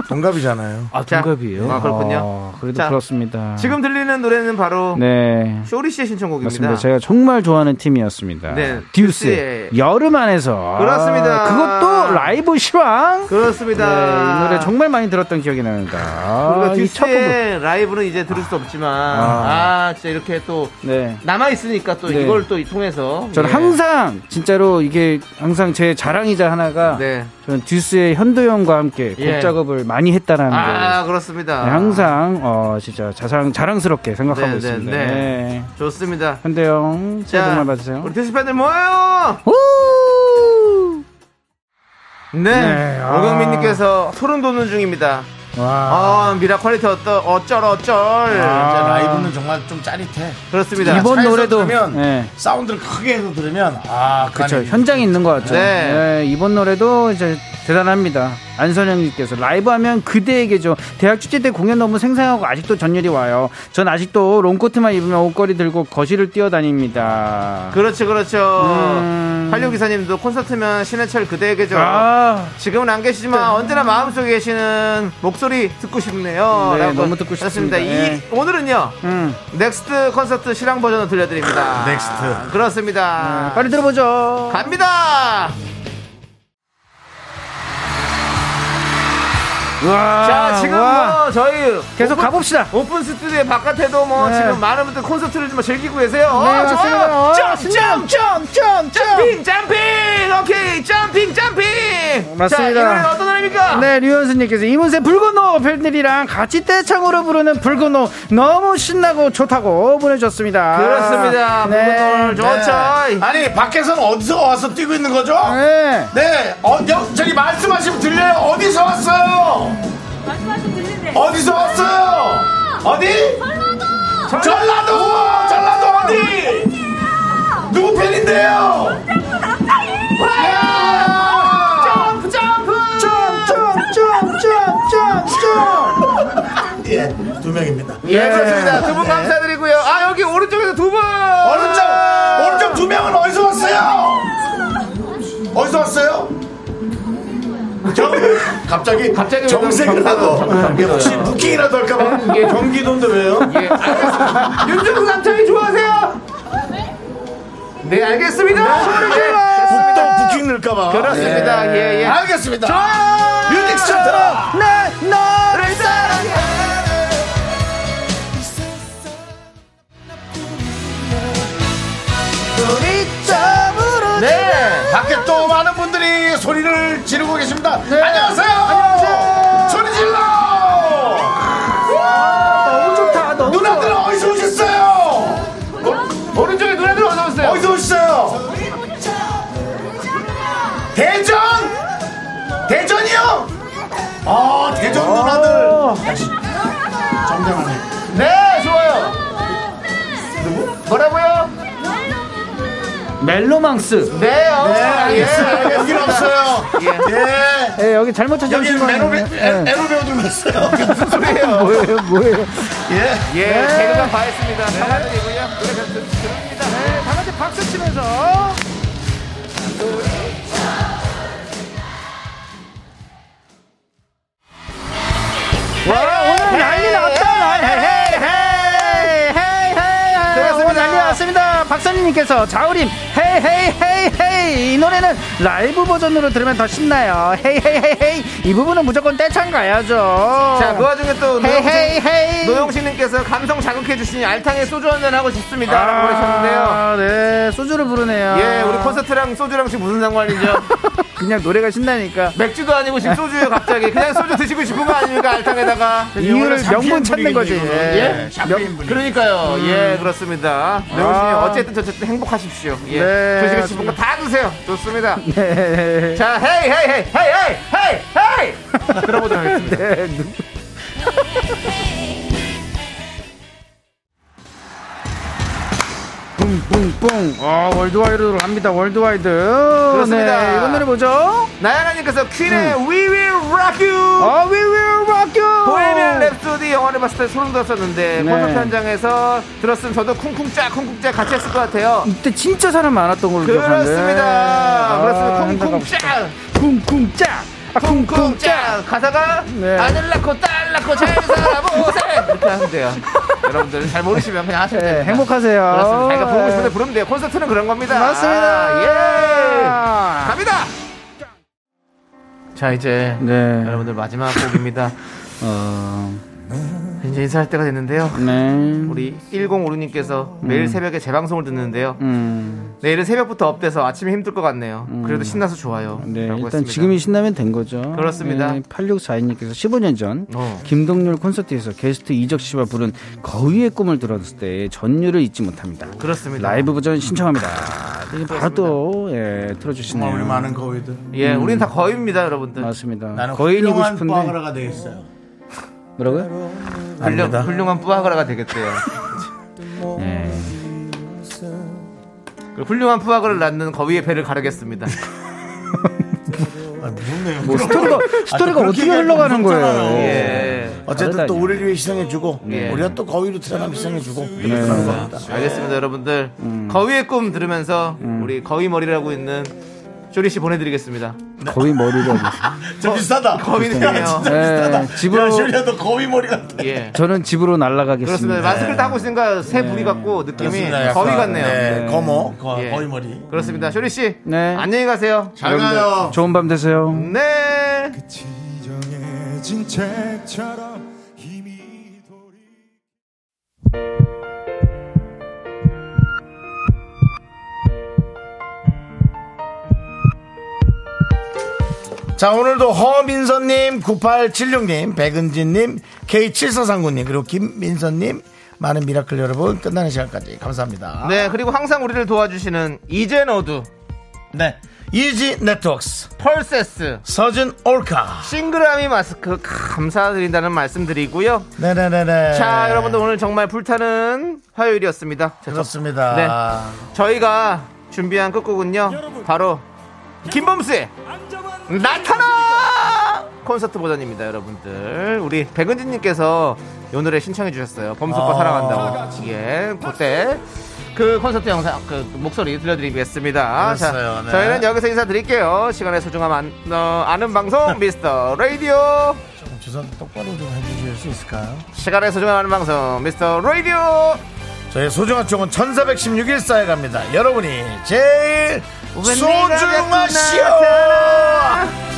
Speaker 1: 동갑이잖아요.
Speaker 6: 아,
Speaker 2: 자,
Speaker 6: 동갑이에요.
Speaker 2: 아, 그렇군요.
Speaker 6: 아, 그래도
Speaker 2: 자,
Speaker 6: 그렇습니다.
Speaker 2: 지금 들리는 노래는 바로
Speaker 6: 네.
Speaker 2: 쇼리 씨의 신청곡입니다.
Speaker 6: 맞습니다. 제가 정말 좋아하는 팀이었습니다.
Speaker 2: 네,
Speaker 6: 듀스의
Speaker 2: 듀스의
Speaker 6: 여름 안에서.
Speaker 2: 그렇습니다.
Speaker 6: 아, 그것도 라이브 실황. 네,
Speaker 2: 그렇습니다.
Speaker 6: 이 노래 정말 많이 들었던 기억이 납니다. 아,
Speaker 2: 우리가
Speaker 6: 이 첫 부분.
Speaker 2: 듀스의 라이브는 이제 들을 수 없지만 아, 진짜 이렇게 또
Speaker 6: 네.
Speaker 2: 남아 있으니까 또
Speaker 6: 네.
Speaker 2: 이걸 또 이 통해서
Speaker 6: 저는
Speaker 2: 예.
Speaker 6: 항상 진짜로 이게 항상 제 자랑이자 하나가
Speaker 2: 네.
Speaker 6: 저는 듀스의 현도형과 함께 곡
Speaker 2: 예.
Speaker 6: 작업을 많이 했다라는
Speaker 2: 아
Speaker 6: 걸
Speaker 2: 그렇습니다.
Speaker 6: 네, 항상 어, 진짜 자랑 자랑스럽게 생각하고
Speaker 2: 네, 네,
Speaker 6: 있습니다.
Speaker 2: 네.
Speaker 6: 네.
Speaker 2: 좋습니다.
Speaker 6: 현대형 새해 복 많이 받으세요.
Speaker 2: 우리 듀스 팬들 모여요. 네,
Speaker 6: 네, 아.
Speaker 2: 오경민님께서 소름 돋는 중입니다.
Speaker 6: 와.
Speaker 2: 아, 미라 퀄리티 어떠 어쩔 어쩔.
Speaker 1: 진짜
Speaker 6: 아.
Speaker 1: 라이브는 정말 좀 짜릿해.
Speaker 2: 그렇습니다.
Speaker 6: 이번
Speaker 1: 차에서
Speaker 6: 노래도
Speaker 1: 들으면
Speaker 6: 네.
Speaker 1: 사운드를 크게 해서 들으면 아,
Speaker 6: 그렇죠.
Speaker 1: 간이-
Speaker 6: 현장에 있는 것 같죠.
Speaker 2: 네.
Speaker 6: 네, 이번 노래도 이제 대단합니다. 안선영님께서 라이브하면 그대에게죠. 대학 축제 때 공연 너무 생생하고 아직도 전율이 와요. 전 아직도 롱코트만 입으면 옷걸이 들고 거실을 뛰어다닙니다.
Speaker 2: 그렇죠, 그렇죠.
Speaker 6: 음.
Speaker 2: 활8 기사님도 콘서트면 신해철 그대에게죠.
Speaker 6: 아,
Speaker 2: 지금은 안 계시지만 언제나 마음속에 계시는 목소리 듣고 싶네요.
Speaker 6: 네,
Speaker 2: 라고
Speaker 6: 너무 듣고 싶습니다.
Speaker 2: 하셨습니다. 이,
Speaker 6: 예.
Speaker 2: 오늘은요,
Speaker 6: 음.
Speaker 2: 넥스트 콘서트 실황 버전을 들려드립니다.
Speaker 1: 넥스트.
Speaker 2: 그렇습니다.
Speaker 6: 네, 빨리 들어보죠.
Speaker 2: 갑니다!
Speaker 6: 우와,
Speaker 2: 자, 지금
Speaker 6: 아, 우와.
Speaker 2: 뭐 저희
Speaker 6: 계속
Speaker 2: 오픈-
Speaker 6: 가봅시다.
Speaker 2: 오픈 스튜디오 바깥에도 뭐
Speaker 6: 네.
Speaker 2: 지금 많은 분들 콘서트를 좀 즐기고 계세요. 어,
Speaker 6: 네, 맞습니다. 어,
Speaker 2: 좋아요.
Speaker 6: 신나요.
Speaker 2: 점점 점점 점핑 점핑 오케이 점핑 점핑.
Speaker 6: 맞습니다.
Speaker 2: 자, 이 노래 어떤 노래입니까?
Speaker 6: 네, 류현수님께서 이문세 붉은 노 팬들이랑 같이 떼창으로 부르는 붉은 노 너무 신나고 좋다고 보내주셨습니다. 아,
Speaker 2: 그렇습니다. 붉은 노
Speaker 1: 네.
Speaker 2: 좋죠.
Speaker 1: 아니, 밖에서는 어디서 와서 뛰고 있는 거죠?
Speaker 6: 네.
Speaker 1: 네, 어, 여, 저기 말씀하시면 들려요. 어디서 왔어요?
Speaker 4: 말씀하신 들리는데.
Speaker 1: 어디서 왔어요? 어디? 전라도! 전라도! 전라도 어디? 누구 팬인데요? 와요! 점프, 점프! 점프, 점프, 점프, 점프! 예, 두 명입니다.
Speaker 2: 예, 그렇습니다. 두 분 감사드리고요. 아, 여기 오른쪽에서 두 분.
Speaker 1: 오른쪽, 오른쪽 두 명은 어디서 왔어요? 어디서 왔어요? 정, 갑자기,
Speaker 2: 갑자기 왜
Speaker 1: 정색을
Speaker 2: 경기도,
Speaker 1: 하고 예, 혹시 부킹이라도 할까봐 경기도인데 왜요?
Speaker 2: 예, 알겠습니다. 윤종수 남창이 좋아하세요? 네, 알겠습니다. 소리 질러.
Speaker 1: 북도 예, 부킹 넣을까봐
Speaker 2: 그렇습니다. 예, 예.
Speaker 1: 알겠습니다 뮤직 스타트
Speaker 2: 나 너를 사랑해. 네.
Speaker 1: 밖에 또 많은 분들이 소리를 지르고 계십니다 네. 안녕하세요 안녕하세요 소리 질러 아,
Speaker 6: 너무 좋다. 너무
Speaker 1: 누나들은 어디서 오셨어요?
Speaker 2: 오른쪽에 누나 들어서 오세요.
Speaker 1: 어디서 오셨어요? 대전! 대전이요? 아, 대전 누나들. 역시 아. 정당하네.
Speaker 2: 네, 좋아요. 뭐라고요?
Speaker 6: 멜로망스.
Speaker 2: 네, 어,
Speaker 1: 네,
Speaker 2: 예.
Speaker 1: 알겠어요. 여긴 없어요. 예.
Speaker 6: 예, 여기 잘못 찾으신
Speaker 1: 여긴
Speaker 6: 거예요.
Speaker 1: 에로,
Speaker 6: 네.
Speaker 1: 에, 에로 배우들 있어요. 무슨 소리예요?
Speaker 6: 뭐예요, 뭐예요?
Speaker 1: 예.
Speaker 2: 예, 개그가 과했습니다. 사과드리고요. 노래 잘 들- 들읍니다. 네, 다 같이 박수 치면서. 와, 오늘
Speaker 6: 난리 났다. 헤이, 헤이, 헤이, 헤이.
Speaker 2: 그렇습니다.
Speaker 6: 오늘 난리 났습니다. 박선희님께서 자우림 헤이 헤이 헤이 헤이 이 노래는 라이브 버전으로 들으면 더 신나요. 헤이 헤이 헤이 헤이 이 부분은 무조건 떼창 가야죠.
Speaker 2: 자, 그 와중에 또
Speaker 6: 헤이 헤이
Speaker 2: 노영식,
Speaker 6: 헤이
Speaker 2: 노영식님께서 감성 자극해주시니 알탕에 소주 한잔 하고 싶습니다. 라고 보내셨는데요.
Speaker 6: 아, 네 소주를 부르네요.
Speaker 2: 예, 우리 콘서트랑 소주랑 지금 무슨 상관이죠?
Speaker 6: 그냥 노래가 신나니까
Speaker 2: 맥주도 아니고 지금 소주예요, 갑자기. 그냥 소주 드시고 싶은 거 아닙니까, 알탕에다가.
Speaker 6: 이유를 명분 찾는 거지.
Speaker 1: 예. 샴페인 분위기.
Speaker 2: 그러니까요. 아. 예, 그렇습니다. 명신이 어쨌든 저쨌든 행복하십시오. 예.
Speaker 6: 네,
Speaker 2: 드시고 싶은 거 다 드세요. 좋습니다.
Speaker 6: 네.
Speaker 2: 자, 헤이, 헤이, 헤이, 헤이, 헤이, 헤이, 헤이! 들어보도록 하겠습니다.
Speaker 6: 뿡뿡뿡. 아 월드와이드로 갑니다. 월드와이드.
Speaker 2: 그렇습니다. 어?
Speaker 6: 네, 이번 노래 뭐죠?
Speaker 2: 나야가님께서 퀸의 We Will Rock You!
Speaker 6: 아, we will rock you.
Speaker 2: 보헤미안 랩소디 영화를 봤을 때 소름 돋았었는데
Speaker 6: 네.
Speaker 2: 콘서트 현장에서 들었으면 저도 쿵쿵짜 쿵쿵짜 같이 했을 것 같아요.
Speaker 6: 이때 진짜 사람 많았던 걸로 기억하는데.
Speaker 2: 그렇습니다. 네.
Speaker 6: 아,
Speaker 2: 그렇습니다.
Speaker 6: 생각
Speaker 2: 쿵쿵짜!
Speaker 6: 쿵쿵짝.
Speaker 2: 쿵쿵짝 가사가
Speaker 6: 네.
Speaker 2: 아들 낳고 딸 낳고 잘 살아보세 이렇게 하면 돼요 여러분들 잘 모르시면 그냥 하시면
Speaker 6: 네,
Speaker 2: 됩니다
Speaker 6: 행복하세요.
Speaker 2: 그렇습니다 자기가 부르고 싶은데
Speaker 6: 네.
Speaker 2: 부르면 돼요 콘서트는 그런 겁니다 예
Speaker 6: 맞습니다.
Speaker 2: 갑니다 자 이제
Speaker 6: 네.
Speaker 2: 여러분들 마지막 곡입니다
Speaker 6: 어,
Speaker 2: 이제 인사할 때가 됐는데요
Speaker 6: 네.
Speaker 2: 우리 1056님께서 매일 새벽에 재방송을 듣는데요
Speaker 6: 음,
Speaker 2: 내일은 새벽부터 업돼서 아침에 힘들 것 같네요 그래도 신나서 좋아요
Speaker 6: 네.
Speaker 2: 라고
Speaker 6: 일단
Speaker 2: 했습니다.
Speaker 6: 지금이 신나면 된 거죠.
Speaker 2: 그렇습니다.
Speaker 6: 8642님께서 15년 전
Speaker 2: 어.
Speaker 6: 김동률 콘서트에서 게스트 이적 씨와 부른 거위의 꿈을 들었을 때 전율을 잊지 못합니다.
Speaker 2: 그렇습니다
Speaker 6: 라이브
Speaker 1: 음.
Speaker 6: 버전 신청합니다. 이게 바로 또 예,
Speaker 1: 정말 아, 우리
Speaker 6: 틀어주시네요.
Speaker 1: 많은 거위들.
Speaker 2: 예,
Speaker 6: 음.
Speaker 2: 우린 다 거입니다, 여러분들.
Speaker 6: 맞습니다.
Speaker 1: 나는
Speaker 6: 거인이고
Speaker 1: 훌륭한
Speaker 6: 싶은데
Speaker 1: 뽀아그라가 되겠어요.
Speaker 6: 뭐라고요?
Speaker 2: 훌륭,
Speaker 1: 아닙니다.
Speaker 2: 훌륭한 뿌아그라가 되겠대요.
Speaker 6: 예.
Speaker 2: 그리고 훌륭한 뿌아그라를 낳는 거위의 배를 가르겠습니다.
Speaker 1: 아, 무섭네요.
Speaker 6: 뭐 스토리가 스토리가
Speaker 1: 아, 또 그렇게
Speaker 6: 어떻게 흘러가는 거예요?
Speaker 1: 무섭잖아요.
Speaker 6: 네.
Speaker 2: 예.
Speaker 1: 어쨌든 또
Speaker 6: 다르다니.
Speaker 1: 우리를 위해 시상해주고
Speaker 2: 예.
Speaker 1: 우리가 또 거위로 태어나면 시상해주고
Speaker 6: 예.
Speaker 1: 이렇게
Speaker 6: 네.
Speaker 1: 하는 겁니다.
Speaker 2: 알겠습니다, 여러분들.
Speaker 6: 음.
Speaker 2: 거위의 꿈 들으면서 우리 거위 머리라고 있는 쇼리 씨 보내드리겠습니다.
Speaker 6: 거위 머리가
Speaker 1: 저 비슷하다.
Speaker 2: 거위네요.
Speaker 1: 야, 진짜
Speaker 6: 예,
Speaker 1: 비슷하다.
Speaker 6: 집으로-
Speaker 1: 야, 쇼리야, 너 거위 머리 같아.
Speaker 2: 예.
Speaker 6: 저는 집으로
Speaker 2: 그렇습니다.
Speaker 6: 날아가겠습니다.
Speaker 2: 마스크를 타고 있으니까
Speaker 6: 네.
Speaker 2: 새 부리 같고 느낌이
Speaker 1: 그렇습니다, 약간.
Speaker 2: 거위 같네요.
Speaker 1: 네, 거머, 거,
Speaker 2: 예.
Speaker 1: 거위 머리.
Speaker 2: 그렇습니다. 쇼리 씨.
Speaker 6: 네.
Speaker 2: 안녕히 가세요.
Speaker 1: 잘 가요.
Speaker 6: 좋은 밤 되세요.
Speaker 2: 네.
Speaker 8: 지정해진 책처럼 힘이 돌이
Speaker 1: 자, 오늘도 허민선님, 9876님, 백은진님, K7439님, 그리고 김민선님, 많은 미라클 여러분, 끝나는 시간까지 감사합니다.
Speaker 2: 네. 그리고 항상 우리를 도와주시는 이젠 어두,
Speaker 1: 네. 이지 네트웍스,
Speaker 2: 펄세스,
Speaker 1: 서진 올카.
Speaker 2: 싱그라미 마스크 감사드린다는 말씀드리고요.
Speaker 1: 네네네네.
Speaker 2: 자, 여러분들 오늘 정말 불타는 화요일이었습니다. 자,
Speaker 1: 그렇습니다.
Speaker 2: 네. 저희가 준비한 끝곡은요. 바로 김범수의 나타나 콘서트 버전입니다, 여러분들. 우리 백은진님께서 이 노래 신청해 주셨어요. 범수과
Speaker 1: 아.
Speaker 2: 사랑한다고. 예, 그때 그 콘서트 영상 그 목소리 들려드리겠습니다.
Speaker 1: 그랬어요,
Speaker 2: 자,
Speaker 1: 네.
Speaker 2: 저희는 여기서 인사드릴게요. 시간의 소중함 안, 어, 아는 방송 미스터 라디오.
Speaker 1: 조금 주선 똑바로 좀 해주실 수 있을까요?
Speaker 2: 시간의 소중함 아는 방송 미스터 라디오.
Speaker 1: 저의 소중한 쪽은 1416일 쌓여 갑니다. 여러분이 제일 소중하시오!
Speaker 2: 나타나.